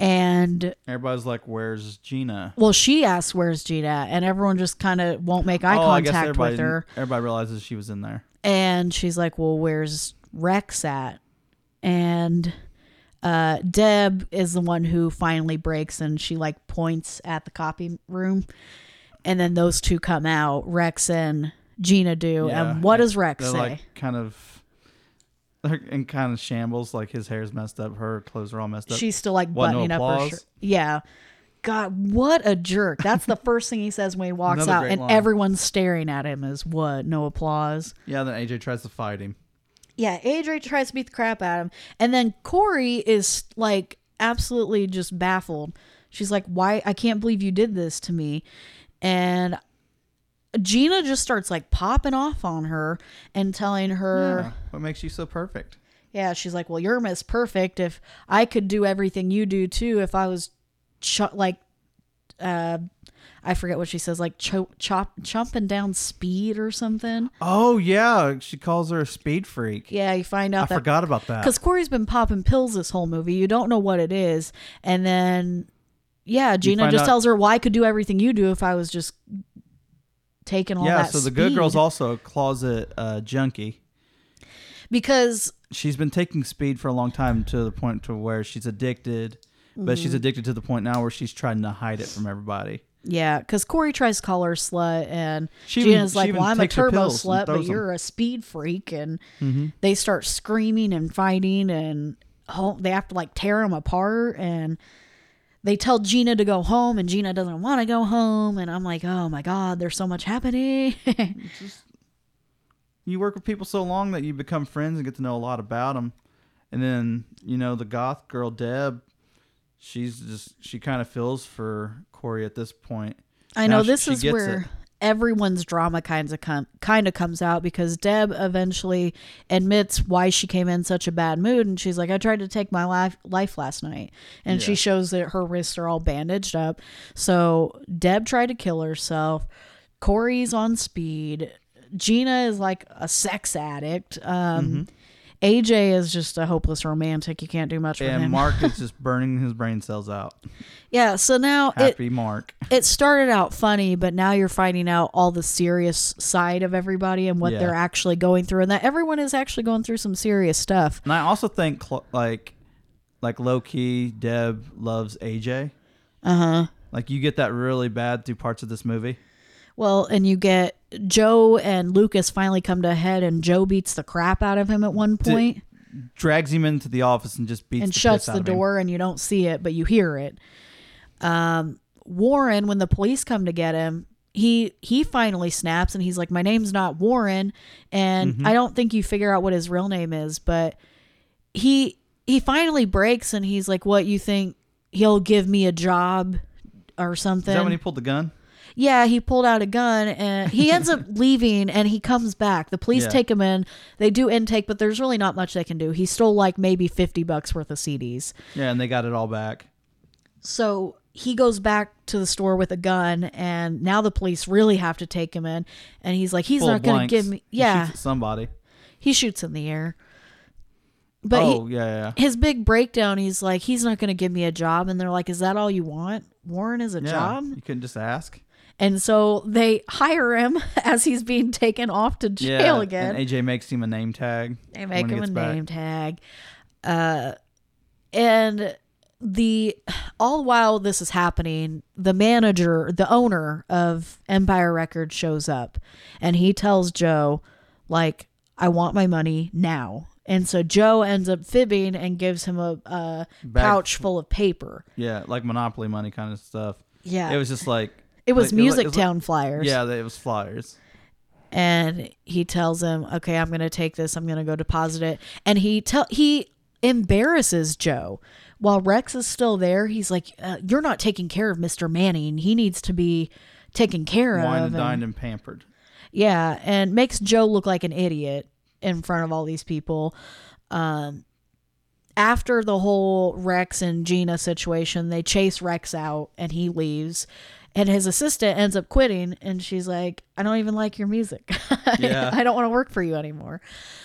and
Everybody's like, where's Gina?
well, she asks where's Gina and everyone just kind of won't make eye
oh, I guess
contact
everybody,
with her.
everybody realizes she was in there.
And she's like, "Well, where's Rex at?" And uh, Deb is the one who finally breaks, and she like points at the copy room, and then those two come out, Rex and Gina do.
Yeah,
and what does Rex
They're,
say?
like, kind of... They're in kind of shambles. Like, his hair's messed up. Her clothes are all messed up.
she's still like
What, no
buttoning up her
applause?
shirt. Yeah. God, what a jerk. That's the first thing he says when he walks
Another
out
great
and
line.
everyone's staring at him is what? No applause.
Yeah, then AJ tries to fight him.
Yeah, Adrian tries to beat the crap out of him. And then Corey is like absolutely just baffled. She's like, Why I can't believe you did this to me. And Gina just starts like popping off on her and telling her
Yeah. What makes you so perfect?
Yeah, she's like, "Well, you're Miss Perfect. If I could do everything you do too, if I was ch- like, uh, I forget what she says, like cho- chop chomping down speed or something."
Oh yeah, she calls her a speed freak.
Yeah, you find out
I
that
forgot about that.
because Corey's been popping pills this whole movie. You don't know what it is, and then yeah, Gina
find
just
out-
tells her, "Well, I could do everything you do if I was just taking all
yeah,
that."
so the good girl's
speed."
also a closet uh, junkie.
because
She's been taking speed for a long time to the point to where she's addicted. but
Mm-hmm.
she's addicted to the point now where she's trying to hide it from everybody.
Yeah, because Corey tries to call her a slut, and
She even-
Gina's
she
like,
even
"Well, I'm a
takes her
turbo
pills and
slut, but
throws Mm-hmm. them."
you're a speed freak." And they start screaming and fighting, and home, they have to like tear him apart. And they tell Gina to go home, and Gina doesn't want to go home. And I'm like, "Oh my god, there's so much happening."
You work with people so long that you become friends and get to know a lot about them. And then, you know, the goth girl Deb, she's just she kind of feels for Corey at this point.
I
Now
know
she-
this
she
is
gets
where
it.
everyone's drama kinds of com- kind of comes out because Deb eventually admits why she came in such a bad mood and she's like I tried to take my life life last night and she
Yeah.
shows that her wrists are all bandaged up. So Deb tried to kill herself. Corey's on speed. Gina is like a sex addict.
Mm-hmm.
Um AJ is just a hopeless romantic. You can't do much with
And
him.
Mark is just burning his brain cells out.
yeah, so now it,
Happy Mark.
it started out funny, but now you're finding out all the serious side of everybody and what
Yeah.
they're actually going through, and that everyone is actually going through some serious stuff.
And I also think cl- like like low key Deb loves AJ. Uh huh.
Uh-huh.
Like you get that really bad through parts of this movie.
Well, and you get Joe and Lucas finally come to a head, and Joe beats the crap out of him at one point
Drags him into the office and just beats
and
the
shuts
piss out
the
of him.
door, and you don't see it, but you hear it. Um, Warren, when the police come to get him, he he finally snaps and he's like, "My name's not Warren," and
Mm-hmm.
I don't think you figure out what his real name is, but he he finally breaks and he's like, "What you think he'll give me a job or something?"
Is that when he pulled the gun?
yeah, he pulled out a gun and he ends up leaving and he comes back. The police
Yeah.
take him in. They do intake, but there's really not much they can do. He stole like maybe 50 bucks worth of CDs.
Yeah, and they got it all back.
So he goes back to the store with a gun and now the police really have to take him in and he's like he's
Full
not going
blanks.
to give me
He
yeah,
shoots at somebody.
he shoots in the air. But he-
oh yeah, yeah, yeah.
his big breakdown he's like he's not going to give me a job and they're like is that all you want warren is a
Yeah,
job
You couldn't just ask.
and so they hire him as he's being taken off to
Yeah,
jail again
And AJ makes him a name tag.
they make
when he
him a
gets back.
name tag uh and the all while this is happening the manager the owner of empire records shows up and he tells joe like i want my money now and so joe ends up fibbing and gives him a, a
Bag-
pouch full of paper
Yeah, like Monopoly money kind of stuff.
Yeah.
it was just like
it was
like-
music
it was like-
town flyers
yeah, it was flyers.
and he tells him, "Okay, I'm going to take this. I'm going to go deposit it." And he tell he embarrasses Joe. While Rex is still there, he's like, uh, "You're not taking care of Mr. Manning. He needs to be taken care
Wine
of."
and
and-
dined and pampered.
yeah, and makes Joe look like an idiot in front of all these people. Um after the whole Rex and Gina situation, they chase Rex out and he leaves. And his assistant ends up quitting and she's like, I don't even like your music.
Yeah.
I don't want to work for you anymore.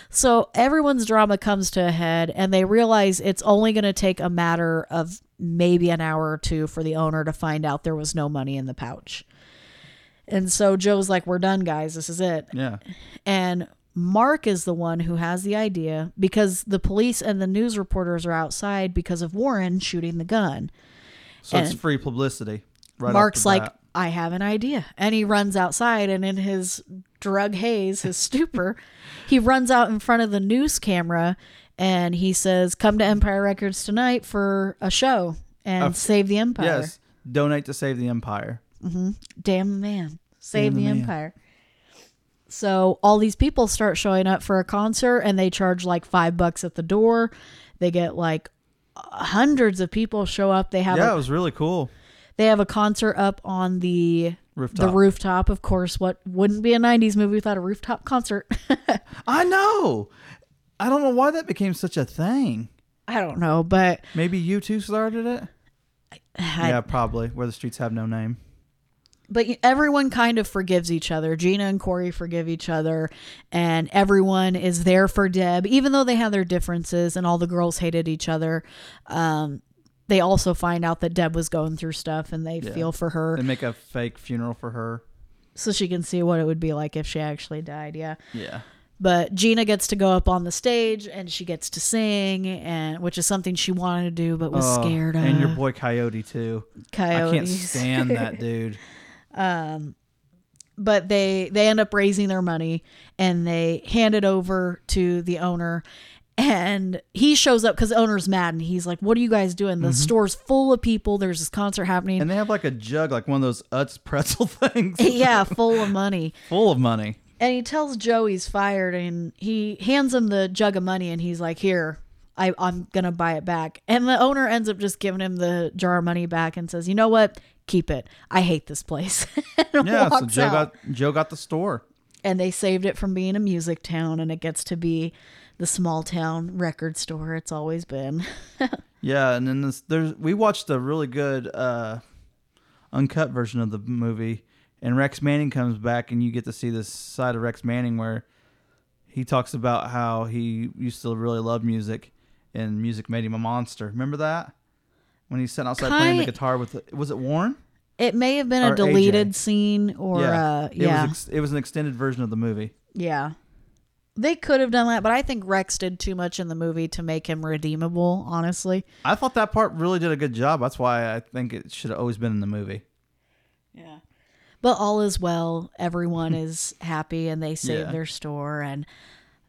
So everyone's drama comes to a head and they realize it's only going to take a matter of maybe an hour or two for the owner to find out there was no money in the pouch. And so Joe's like, We're done, guys. This is it.
Yeah,
And Mark is the one who has the idea because the police and the news reporters are outside because of Warren shooting the gun.
so it's
And-
free publicity. Right off
Mark's
the
like,
bat.
I have an idea. And he runs outside and in his drug haze, his stupor, he runs out in front of the news camera and he says, Come to Empire Records tonight for a show and save the empire.
yes, donate to save the empire.
damn the man save the, empire so all these people start showing up for a concert and they charge like five bucks at the door they get like hundreds of people show up they have
Yeah, it
a,
was really cool.
they have a concert up on the
Rooftop.
the rooftop of course what wouldn't be a 90s movie without a rooftop concert
I know. I don't know why that became such a thing.
i don't know but
Maybe you two started it.
I-
yeah, probably. Where the streets have no name.
but y- everyone kind of forgives each other. Gina and Corey forgive each other, and everyone is there for Deb, even though they have their differences and all the girls hated each other. Um, they also find out that Deb was going through stuff, and they feel for her,
They make a fake funeral for her.
so she can see what it would be like if she actually died. Yeah.
Yeah.
But Gina gets to go up on the stage and she gets to sing, and which is something she wanted to do but was
Oh,
scared of.
And your boy Coyote too. I can't
coyotes.
stand that dude.
but they they end up raising their money and they hand it over to the owner and he shows up because the owner's mad and he's like what are you guys doing the store's full of people there's this concert happening
Mm-hmm. And they have like a jug, like one of those Utz pretzel things,
yeah full of money
full of money.
and he tells joe he's fired and he hands him the jug of money and he's like here I, i'm gonna buy it back and the owner ends up just giving him the jar of money back and says you know what keep it i hate this place And
Yeah, so
walks
Joe
out.
got Joe got the store.
and they saved it from being a music town and it gets to be the small town record store it's always been
Yeah, and then this, there's we watched a really good uh, uncut version of the movie, and Rex Manning comes back, and you get to see this side of Rex Manning where he talks about how he used to really love music, and music made him a monster. Remember that when he sat outside playing the
Ki-
guitar with the, was it Warren?
it may have been
Or
a
AJ.
deleted scene or uh yeah
It was, ex- it was an extended version of the movie.
yeah they could have done that but i think rex did too much in the movie to make him redeemable honestly
I thought that part really did a good job. That's why I think it should have always been in the movie.
yeah but all is well everyone is happy and they save
Yeah.
their store and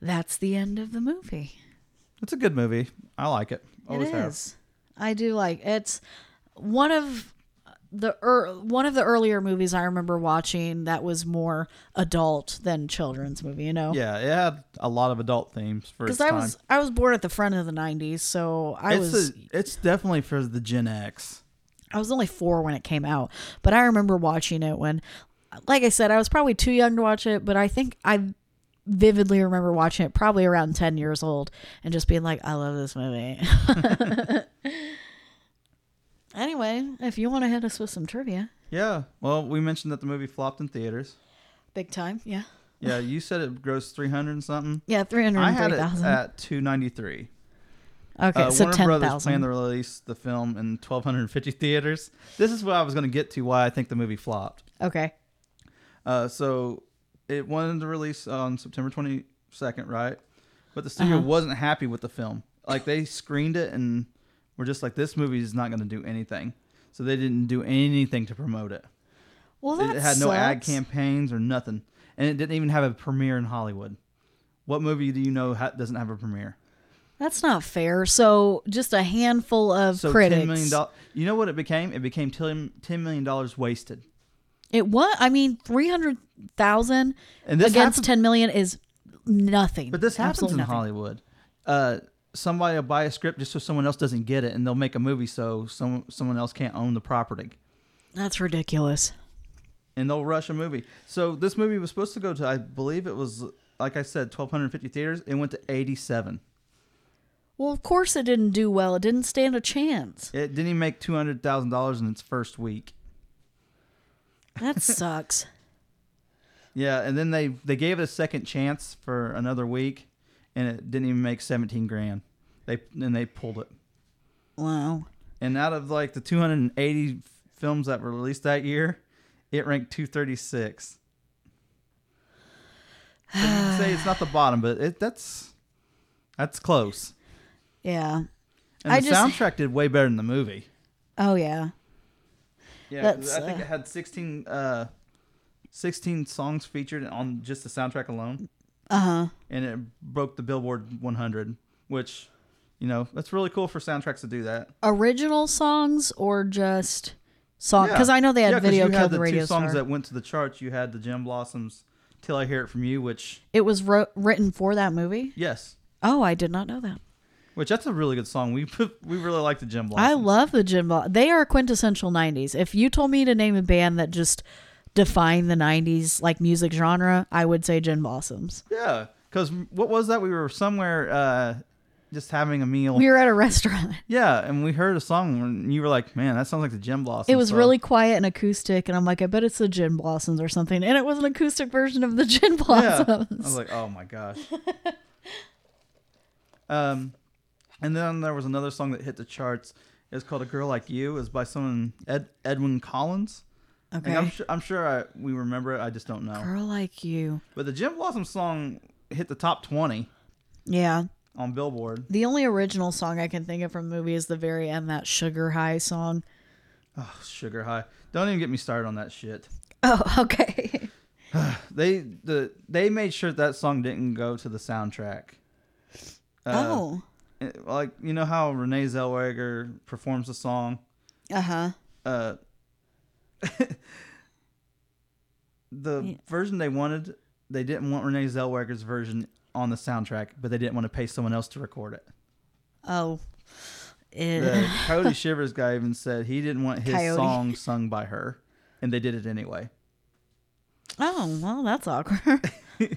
that's the end of the movie
It's a good movie. I like it. Always
It
have.
is. I do like it's one of the er, one of the earlier movies I remember watching that was more adult than children's movie. You know,
Yeah, it had a lot of adult themes for its
Because I
time.
was I was born at the front of the '90s, so I
it's
was
a, it's definitely for the Gen X.
I was only four when it came out, but I remember watching it when, like I said, I was probably too young to watch it, but I think I vividly remember watching it probably around 10 years old and just being like, I love this movie. anyway, if you want to hit us with some trivia,
Yeah. Well, we mentioned that the movie flopped in theaters.
big time. Yeah.
Yeah, you said it grossed three hundred and something.
Yeah,
I had it
303,000.
at two ninety three.
Okay,
uh,
so
Warner Brothers planned
10,000.
to release the film in twelve hundred and fifty theaters. This is what I was going to get to. Why I think the movie flopped.
Okay.
Uh, so it wanted to release on September 22nd, right? But
Uh-huh.
the studio wasn't happy with the film. Like they screened it and were just like, this movie is not going to do anything. So they didn't do anything to promote it.
Well, that
it had no ad
sucks.
campaigns or nothing, and it didn't even have a premiere in Hollywood. What movie do you know ha- doesn't have a premiere?
That's not fair. So, just a handful of
So
critics.
ten million dollars. You know what it became? It became 10 $10 million dollars wasted.
It was. I mean, three hundred thousand
And this
against
happens-
ten million is nothing.
But this happens
Absolutely
in
nothing.
Hollywood. Uh, somebody will buy a script just so someone else doesn't get it, and they'll make a movie so some, someone else can't own the property.
That's ridiculous.
And they'll rush a movie. So this movie was supposed to go to, I believe it was, like I said, 1,250 theaters. It went to 87.
Well, of course it didn't do well. It didn't stand a chance.
It didn't even make $200,000 in its first week.
That sucks.
Yeah, and then they, they gave it a second chance for another week, and it didn't even make 17 grand. They And they pulled it.
wow.
And out of like the 280 films that were released that year, it ranked 236. So you can say it's not the bottom, but it, that's that's close.
Yeah.
And
I
the
just-
soundtrack did way better than the movie.
Oh yeah.
Yeah, 'cause
That's,
I think
uh,
it had 16, uh, 16 songs featured on just the soundtrack alone.
Uh-huh.
Uh huh. And it broke the Billboard 100, which, you know, that's really cool for soundtracks to do that.
Original songs or just song?
Yeah.
Because Uh, I know they had
Yeah, 'cause
video
you
killed
had
the,
the
radio
two songs
star.
that went to the charts. You had the Jim Blossoms, "Till I Hear It From You," which
It was wrote, written for that movie.
yes,
Oh, I did not know that.
which that's a really good song. We we really like the Jim
I
Blossoms.
love the Jim Bob. They are quintessential 90s. If you told me to name a band that just defined the 90s like music genre, I would say Gin Blossoms.
yeah, because what was that? We were somewhere uh, just having a meal.
We were at a restaurant.
yeah, and we heard a song, and you were like, "Man, that sounds like the Jim Blossoms."
It was
So
really quiet and acoustic, and I'm like, I bet it's the Gin Blossoms or something. And it was an acoustic version of the Gin
yeah. I
Blossoms.
was like, "Oh my gosh." um, and then there was another song that hit the charts. It's called "A Girl Like You." It's by someone Ed, Edwin Collins. Like,
okay.
I'm sure, I'm sure I, we remember it. I just don't know.
Girl like you.
But the Jim Blossom song hit the top 20
Yeah.
on Billboard.
The only original song I can think of from the movie is the very end, that Sugar High song.
Oh, sugar high. Don't even get me started on that shit.
Oh, okay.
They the they made sure that song didn't go to the soundtrack. Uh,
oh.
It- like you know how Renee Zellweger performs the song.
Uh huh.
Uh, the version they wanted, they didn't want Renee Zellweger's version on the soundtrack, but they didn't want to pay someone else to record it.
Oh. Ew.
The Coyote Shivers guy even said he didn't want his
Coyote.
song sung by her, and they did it anyway.
Oh, well, that's awkward.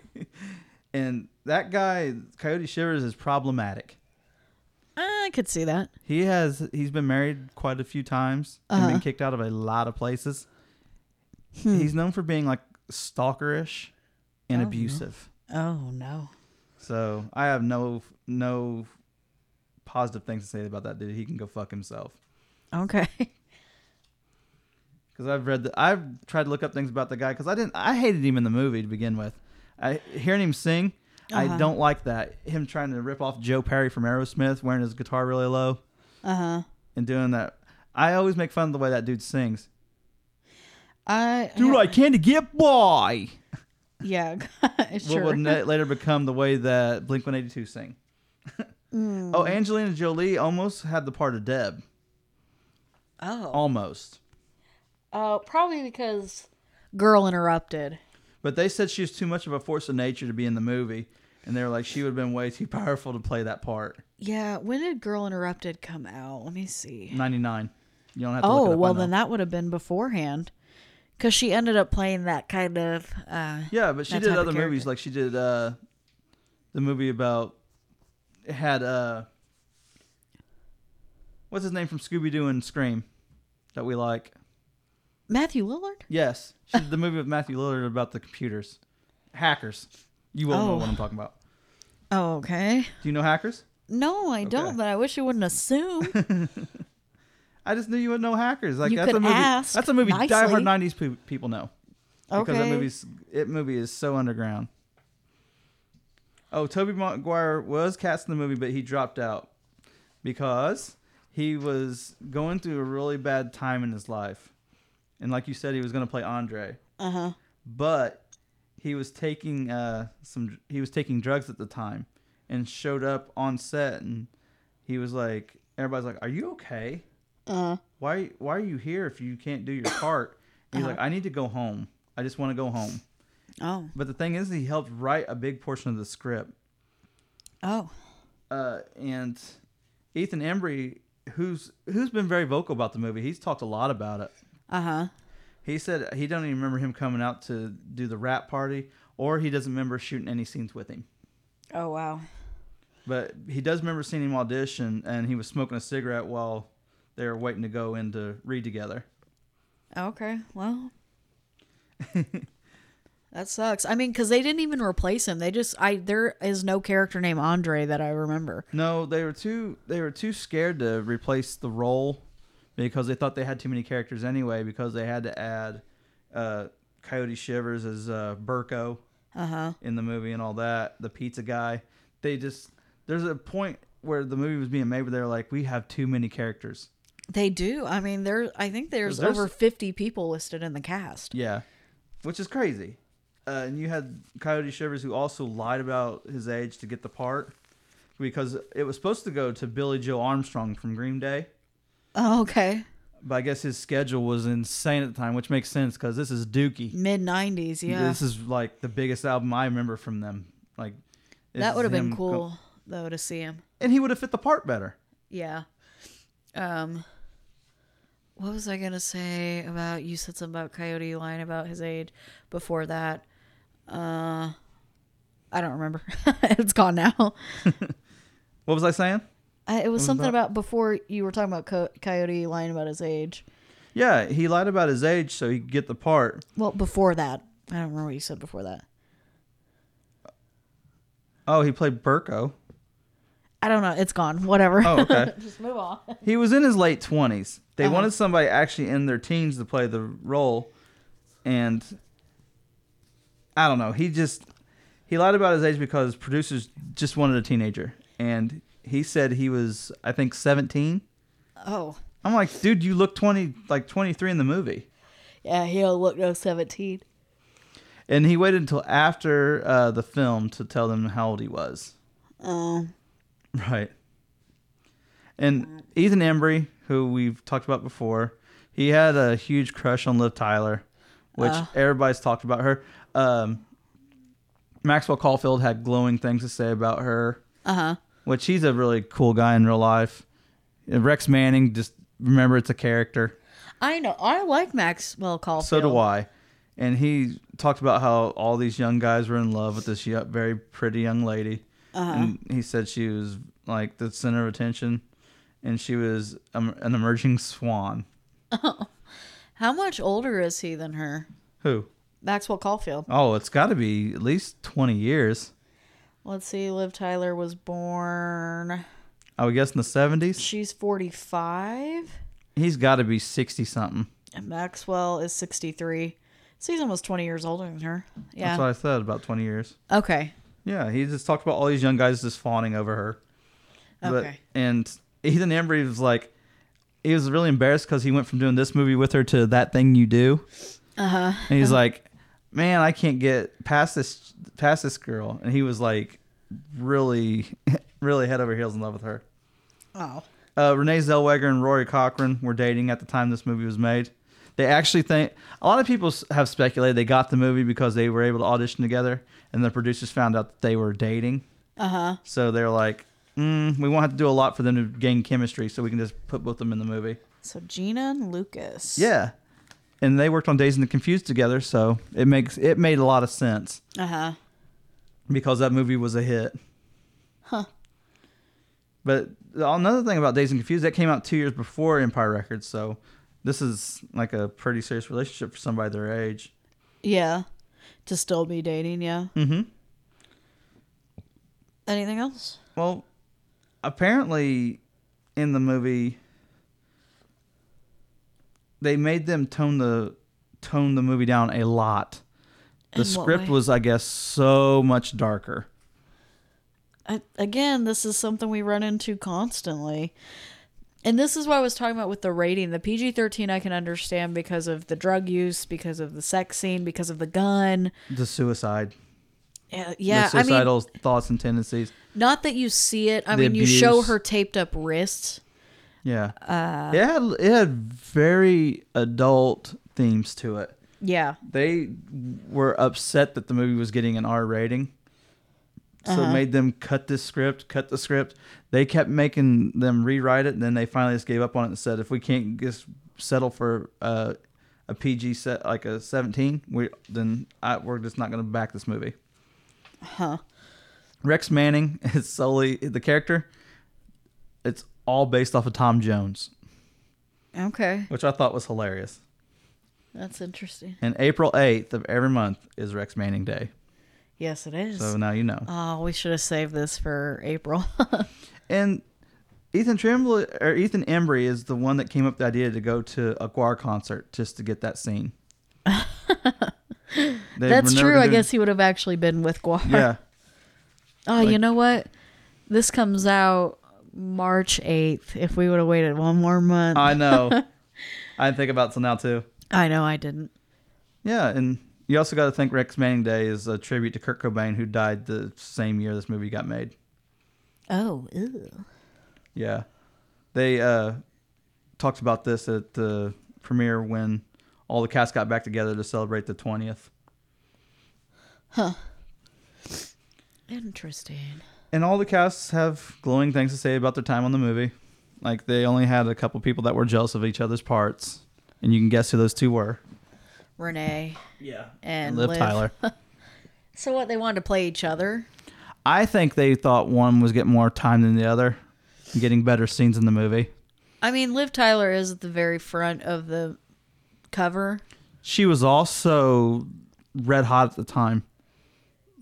And that guy, Coyote Shivers, is problematic.
I could see that.
He has he's been married quite a few times and been kicked out of a lot of places. He's known for being like stalkerish and abusive.
Oh, no.
So I have no no positive things to say about that dude. He can go fuck himself.
Okay.
Because I've read the, I've tried to look up things about the guy because I didn't I hated him in the movie to begin with. I hearing him sing,
Uh-huh.
I don't like that. Him trying to rip off Joe Perry from Aerosmith, wearing his guitar really low. Uh huh.
Uh-huh.
And doing that, I always make fun of the way that dude sings.
I
Dude, I can't get by.
yeah,
What
sure.
would ne- later become the way that Blink One Eighty Two sing?
Mm.
Oh, Angelina Jolie almost had the part of Deb.
oh,
Almost.
uh, probably because girl interrupted.
But they said she was too much of a force of nature to be in the movie, and they were like she would have been way too powerful to play that part.
Yeah, when did girl interrupted come out? Let me see.
Ninety nine. You don't have to. look it
Oh,
up, I
well
know.
then that would have been beforehand, because she ended up playing that kind of. uh
Yeah, but she
that
did
type of
other movies
character.
like she did uh, the movie about it had uh, what's his name from Scooby Doo and Scream that we like.
Matthew Lillard.
Yes, she did the movie with Matthew Lillard about the computers, hackers. You will know
Oh.
what I'm talking about.
Oh, okay.
Do you know hackers?
No, I don't.
Okay.
But I wish you wouldn't assume.
I just knew you would know hackers. Like
You
that's
could
a movie.
ask
that's a movie. Die
nicely.
Hard '90s pe- people know because that
Okay.
movie's it movie is so underground. Oh, Toby Maguire was cast in the movie, but he dropped out because he was going through a really bad time in his life, and like you said, he was going to play Andre. Uh huh. But he was taking uh some he was taking drugs at the time, and showed up on set, and he was like, everybody's like, "Are you okay? Why why are you here if you can't do your part?" And he's like, "I need to go home. I just want to go home."
oh,
But the thing is, he helped write a big portion of the script.
oh,
Uh, and Ethan Embry, who's who's been very vocal about the movie, he's talked a lot about it.
uh huh.
He said he don't even remember him coming out to do the rap party, or he doesn't remember shooting any scenes with him.
Oh wow.
But he does remember seeing him audition, and he was smoking a cigarette while they were waiting to go in to read together.
Okay, well, that sucks. I mean, because they didn't even replace him. They just, I there is no character named Andre that I remember.
No, they were too they were too scared to replace the role because they thought they had too many characters anyway because they had to add uh, Coyote Shivers as uh, Burko in the movie and all that the pizza guy. They just there's a point where the movie was being made where they were like we have too many characters.
They do. I mean, there. I think there's,
There's-
over fifty people listed in the cast.
Yeah, which is crazy. Uh, and you had Coyote Shivers who also lied about his age to get the part because it was supposed to go to Billy Joe Armstrong from Green Day.
Oh, okay.
But I guess his schedule was insane at the time, which makes sense because this is Dookie.
Mid nineties. Yeah,
This is like the biggest album I remember from them. Like this
that
is
would have
him
been
go-
cool though to see him.
and he would have fit the part better.
Yeah. Um. What was I gonna say about you said something about Coyote lying about his age before that? Uh, I don't remember. it's gone now.
What was I saying?
I, it was something
that?
about before you were talking about co- Coyote lying about his age.
Yeah, he lied about his age so he could get the part.
Well, before that, I don't remember what you said before that.
Oh, he played Burko.
I don't know. It's gone. Whatever.
Oh, okay.
Just move on. Uh-huh.
he was in his late twenties. They wanted somebody actually in their teens to play the role, and I don't know. He just He lied about his age because producers just wanted a teenager, and he said he was, I think, seventeen.
Oh,
I'm like, dude, you look twenty, like twenty three in the movie.
yeah, he don't look no seventeen.
And he waited until after uh, the film to tell them how old he was.
Oh,
Right. And Ethan Embry, who we've talked about before, he had a huge crush on Liv Tyler, which everybody's talked about her. Um, Maxwell Caulfield had glowing things to say about her,
uh huh.
which he's a really cool guy in real life. And Rex Manning, just remember it's a character.
I know. I like Maxwell Caulfield.
So do I. And he talked about how all these young guys were in love with this yo- very pretty young lady. And he said she was like the center of attention and she was um, an emerging swan.
How much older is he than her?
Who?
Maxwell Caulfield.
Oh, it's got to be at least 20 years.
Let's see. Liv Tyler was born.
I would guess in the 70s.
She's forty-five.
He's got to be 60 something.
And Maxwell is sixty-three. So he's almost twenty years older than her.
That's
Yeah.
what I said, about 20 years.
Okay.
Yeah, he just talked about all these young guys just fawning over her.
Okay.
and Ethan Embry was like, he was really embarrassed because he went from doing this movie with her to that thing you do. Uh huh. And he's like, man, I can't get past this past this girl. And he was like, really, really head over heels in love with her.
Oh.
Uh, Renee Zellweger and Rory Cochrane were dating at the time this movie was made. They actually think a lot of people s- have speculated they got the movie because they were able to audition together, and the producers found out that they were dating.
Uh huh.
So they're like, mm, we won't have to do a lot for them to gain chemistry, so we can just put both of them in the movie.
So Gina and Lucas.
Yeah, and they worked on Days and the Confused together, so it makes it made a lot of sense
Uh huh.
because that movie was a hit.
Huh.
But another thing about Days and Confused that came out two years before Empire Records, so this is like a pretty serious relationship for somebody their age.
Yeah. To still be dating. Yeah.
Mm-hmm.
Anything else?
Well, apparently, in the movie, they made them tone the tone the movie down a lot. The
In what
script
way?
was, I guess, so much darker.
I, again, this is something we run into constantly. And this is what I was talking about with the rating. The PG 13 I can understand because of the drug use, because of the sex scene, because of the gun.
The suicide,
Yeah, yeah
the
I mean,
suicidal thoughts and tendencies.
not that you see it. I
The
mean, you show
abuse.
her taped up wrists.
Yeah, uh, it had it had very adult themes to it.
Yeah.
They were upset that the movie was getting an R rating. So it made them cut this script, cut the script. They kept making them rewrite it, and then they finally just gave up on it and said, "If we can't just settle for uh, a PG set like a 17, we then I, we're just not going to back this movie."
Huh.
Rex Manning is solely the character. It's all based off of Tom Jones,
Okay.
which I thought was hilarious.
That's interesting.
And April 8th of every month is Rex Manning Day.
Yes, it is.
So now you know.
oh, we should have saved this for April.
And Ethan Tremblay or Ethan Embry is the one that came up with the idea to go to a Guar concert just to get that scene. They were
That's
never
true. I
gonna-
guess he would have actually been with Guar.
Yeah.
Oh, you know what? This comes out March 8th. If we would have waited one more month.
I know. I think about it till now too.
I know I didn't.
Yeah, and you also got to think Rex Manning Day is a tribute to Kurt Cobain, who died the same year this movie got made.
Oh, ew.
Yeah. They uh, talked about this at the premiere when all the cast got back together to celebrate the 20th.
Interesting.
And all the casts have glowing things to say about their time on the movie. Like they only had a couple people that were jealous of each other's parts, and you can guess who those two were.
Renee
Yeah.
and
And Liv, Tyler.
So what they wanted to play each other?
I think they thought one was getting more time than the other, and getting better scenes in the movie.
I mean, Liv Tyler is at the very front of the cover.
She was also red hot at the time.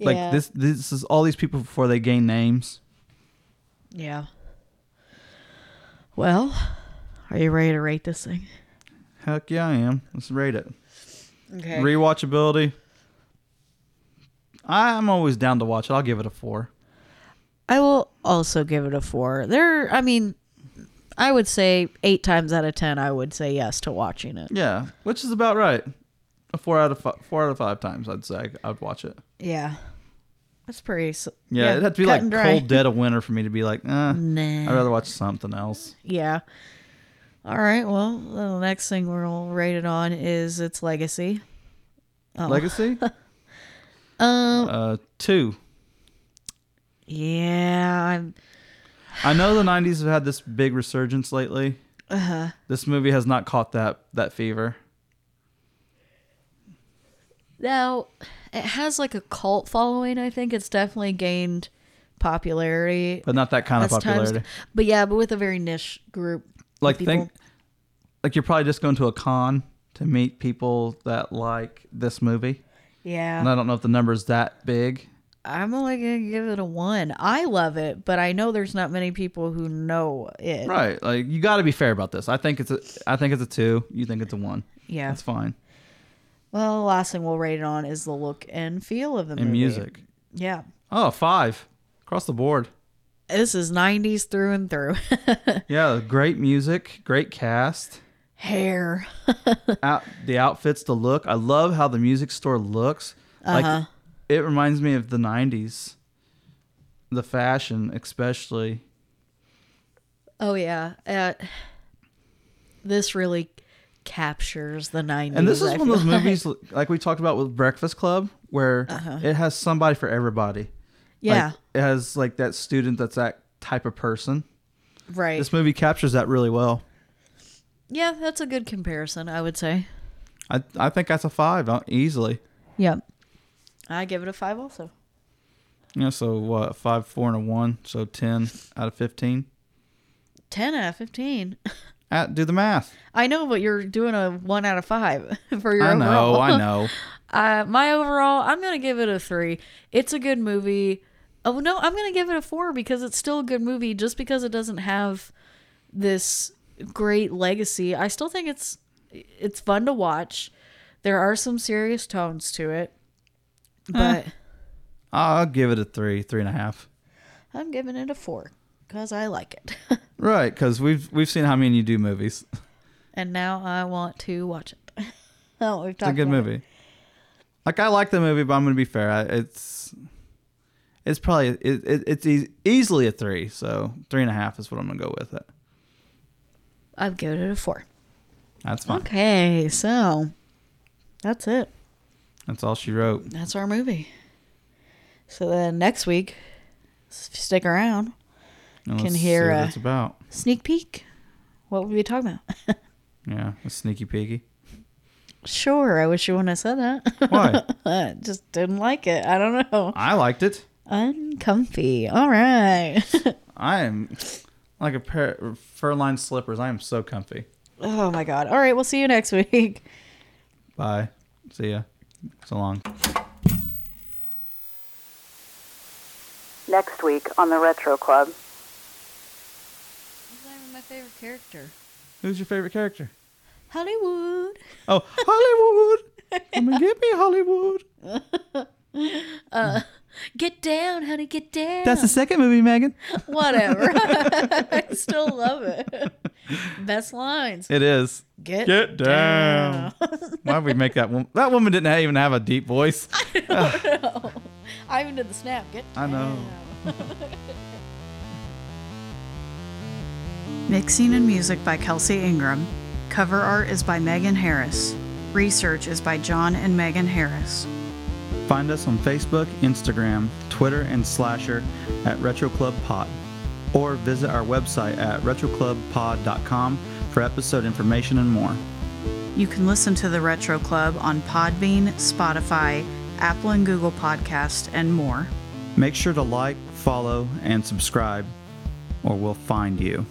Like
yeah.
this, this is all these people before they gain names.
Yeah. Well, are you ready to rate this thing?
Heck yeah, I am. Let's rate it.
Okay.
Rewatchability. I'm always down to watch it. I'll give it a four.
I will also give it a four. There, I mean, I would say eight times out of ten, I would say yes to watching it.
Yeah, which is about right. A four out of five, four out of five times, I'd say I'd watch it.
Yeah, that's pretty. s-
Yeah, it'd have to be
cut
like
and dry.
cold dead of winter for me to be like, eh,
Nah.
I'd rather watch something else.
Yeah. All right. Well, the next thing we'll rate it on is its legacy.
Legacy,
Oh. Um.
uh, two.
Yeah. I'm,
I know the '90s have had this big resurgence lately. Uh-huh. This movie has not caught that that fever.
now, it has like a cult following. I think it's definitely gained popularity.
but not that kind of
as time's-
popularity.
but yeah, but with a very niche group. of
like
people.
think, like you're probably just going to a con to meet people that like this movie,
Yeah.
and I don't know if the number's that big.
I'm only gonna give it a one. I love it, but I know there's not many people who know it.
Right, like you got to be fair about this. I think it's a, I think it's a two. You think it's a one.
Yeah.
that's fine.
Well, the last thing we'll rate it on is the look and feel of the
And
movie.
music,
Yeah.
oh five across the board.
This is nineties through and through.
Yeah, great music, great cast.
Hair.
out, the outfits, the look. I love how the music store looks.
Uh-huh.
Like it reminds me of the '90s, the fashion especially.
Oh yeah. Uh, this really captures the nineties.
And this is one of those movies, l- like we talked about with Breakfast Club, where it has somebody for everybody.
Uh-huh. Yeah.
Like, it has like that student that's that type of person.
right.
This movie captures that really well.
yeah, that's a good comparison, I would say.
I I think that's a five uh, easily.
Yep. I give it a five also.
You know, so what? Five, four, and a one, so ten out of fifteen.
Ten out of fifteen.
Uh, do the math.
I know, but you're doing a one out of five for your
I know,
overall.
I know.
Uh, my overall, I'm gonna give it a three. It's a good movie. Oh no, I'm gonna give it a four because it's still a good movie. Just because it doesn't have this great legacy, I still think it's it's fun to watch. There are some serious tones to it,
Uh.
but
I'll give it a three, three and a half.
I'm giving it a four because I like it,
Right, because we've we've seen how many you do movies. It's
and now I want to watch it. oh, we've talked.
a good
about it.
movie. Like I like the movie, but I'm gonna be fair. I, it's it's probably it, it, it's e- easily a three, so three and a half is what I'm gonna go with it.
I've given it a four.
That's fine.
Okay, so that's it.
That's all she wrote.
that's our movie. So then next week, s- if you stick around,
And
Can
let's
hear,
see
uh,
what it's about.
sneak peek. What were we talking about?
Yeah, a sneaky peeky.
sure, I wish you wouldn't have said that.
Why?
I Just didn't like it. I don't know.
I liked it.
Uncomfy. All right.
I am like a pair of fur-lined slippers. I am so comfy.
oh my god. All right, we'll see you next week.
Bye. See ya. So long.
Next week on the Retro Club.
He's not even my favorite character.
Who's your favorite character?
Hollywood.
Oh, Hollywood! Come and get me, Hollywood.
Get down, honey. Get down.
That's the second movie, Megan.
Whatever. I still love it. Best lines.
It is.
Get,
Get down. Why would we make that woman? That woman didn't even have a deep voice.
I even did the snap. Get
I know.
Mixing and music by Kelsey Ingram. Cover art is by Megan Harris. Research is by John and Megan Harris.
Find us on Facebook, Instagram, Twitter, and Slasher at Retro Club Pod. Or visit our website at retroclubpod.com for episode information and more.
You can listen to the Retro Club on Podbean, Spotify, Apple and Google Podcast, and more.
Make sure to like, follow, and subscribe, or we'll find you.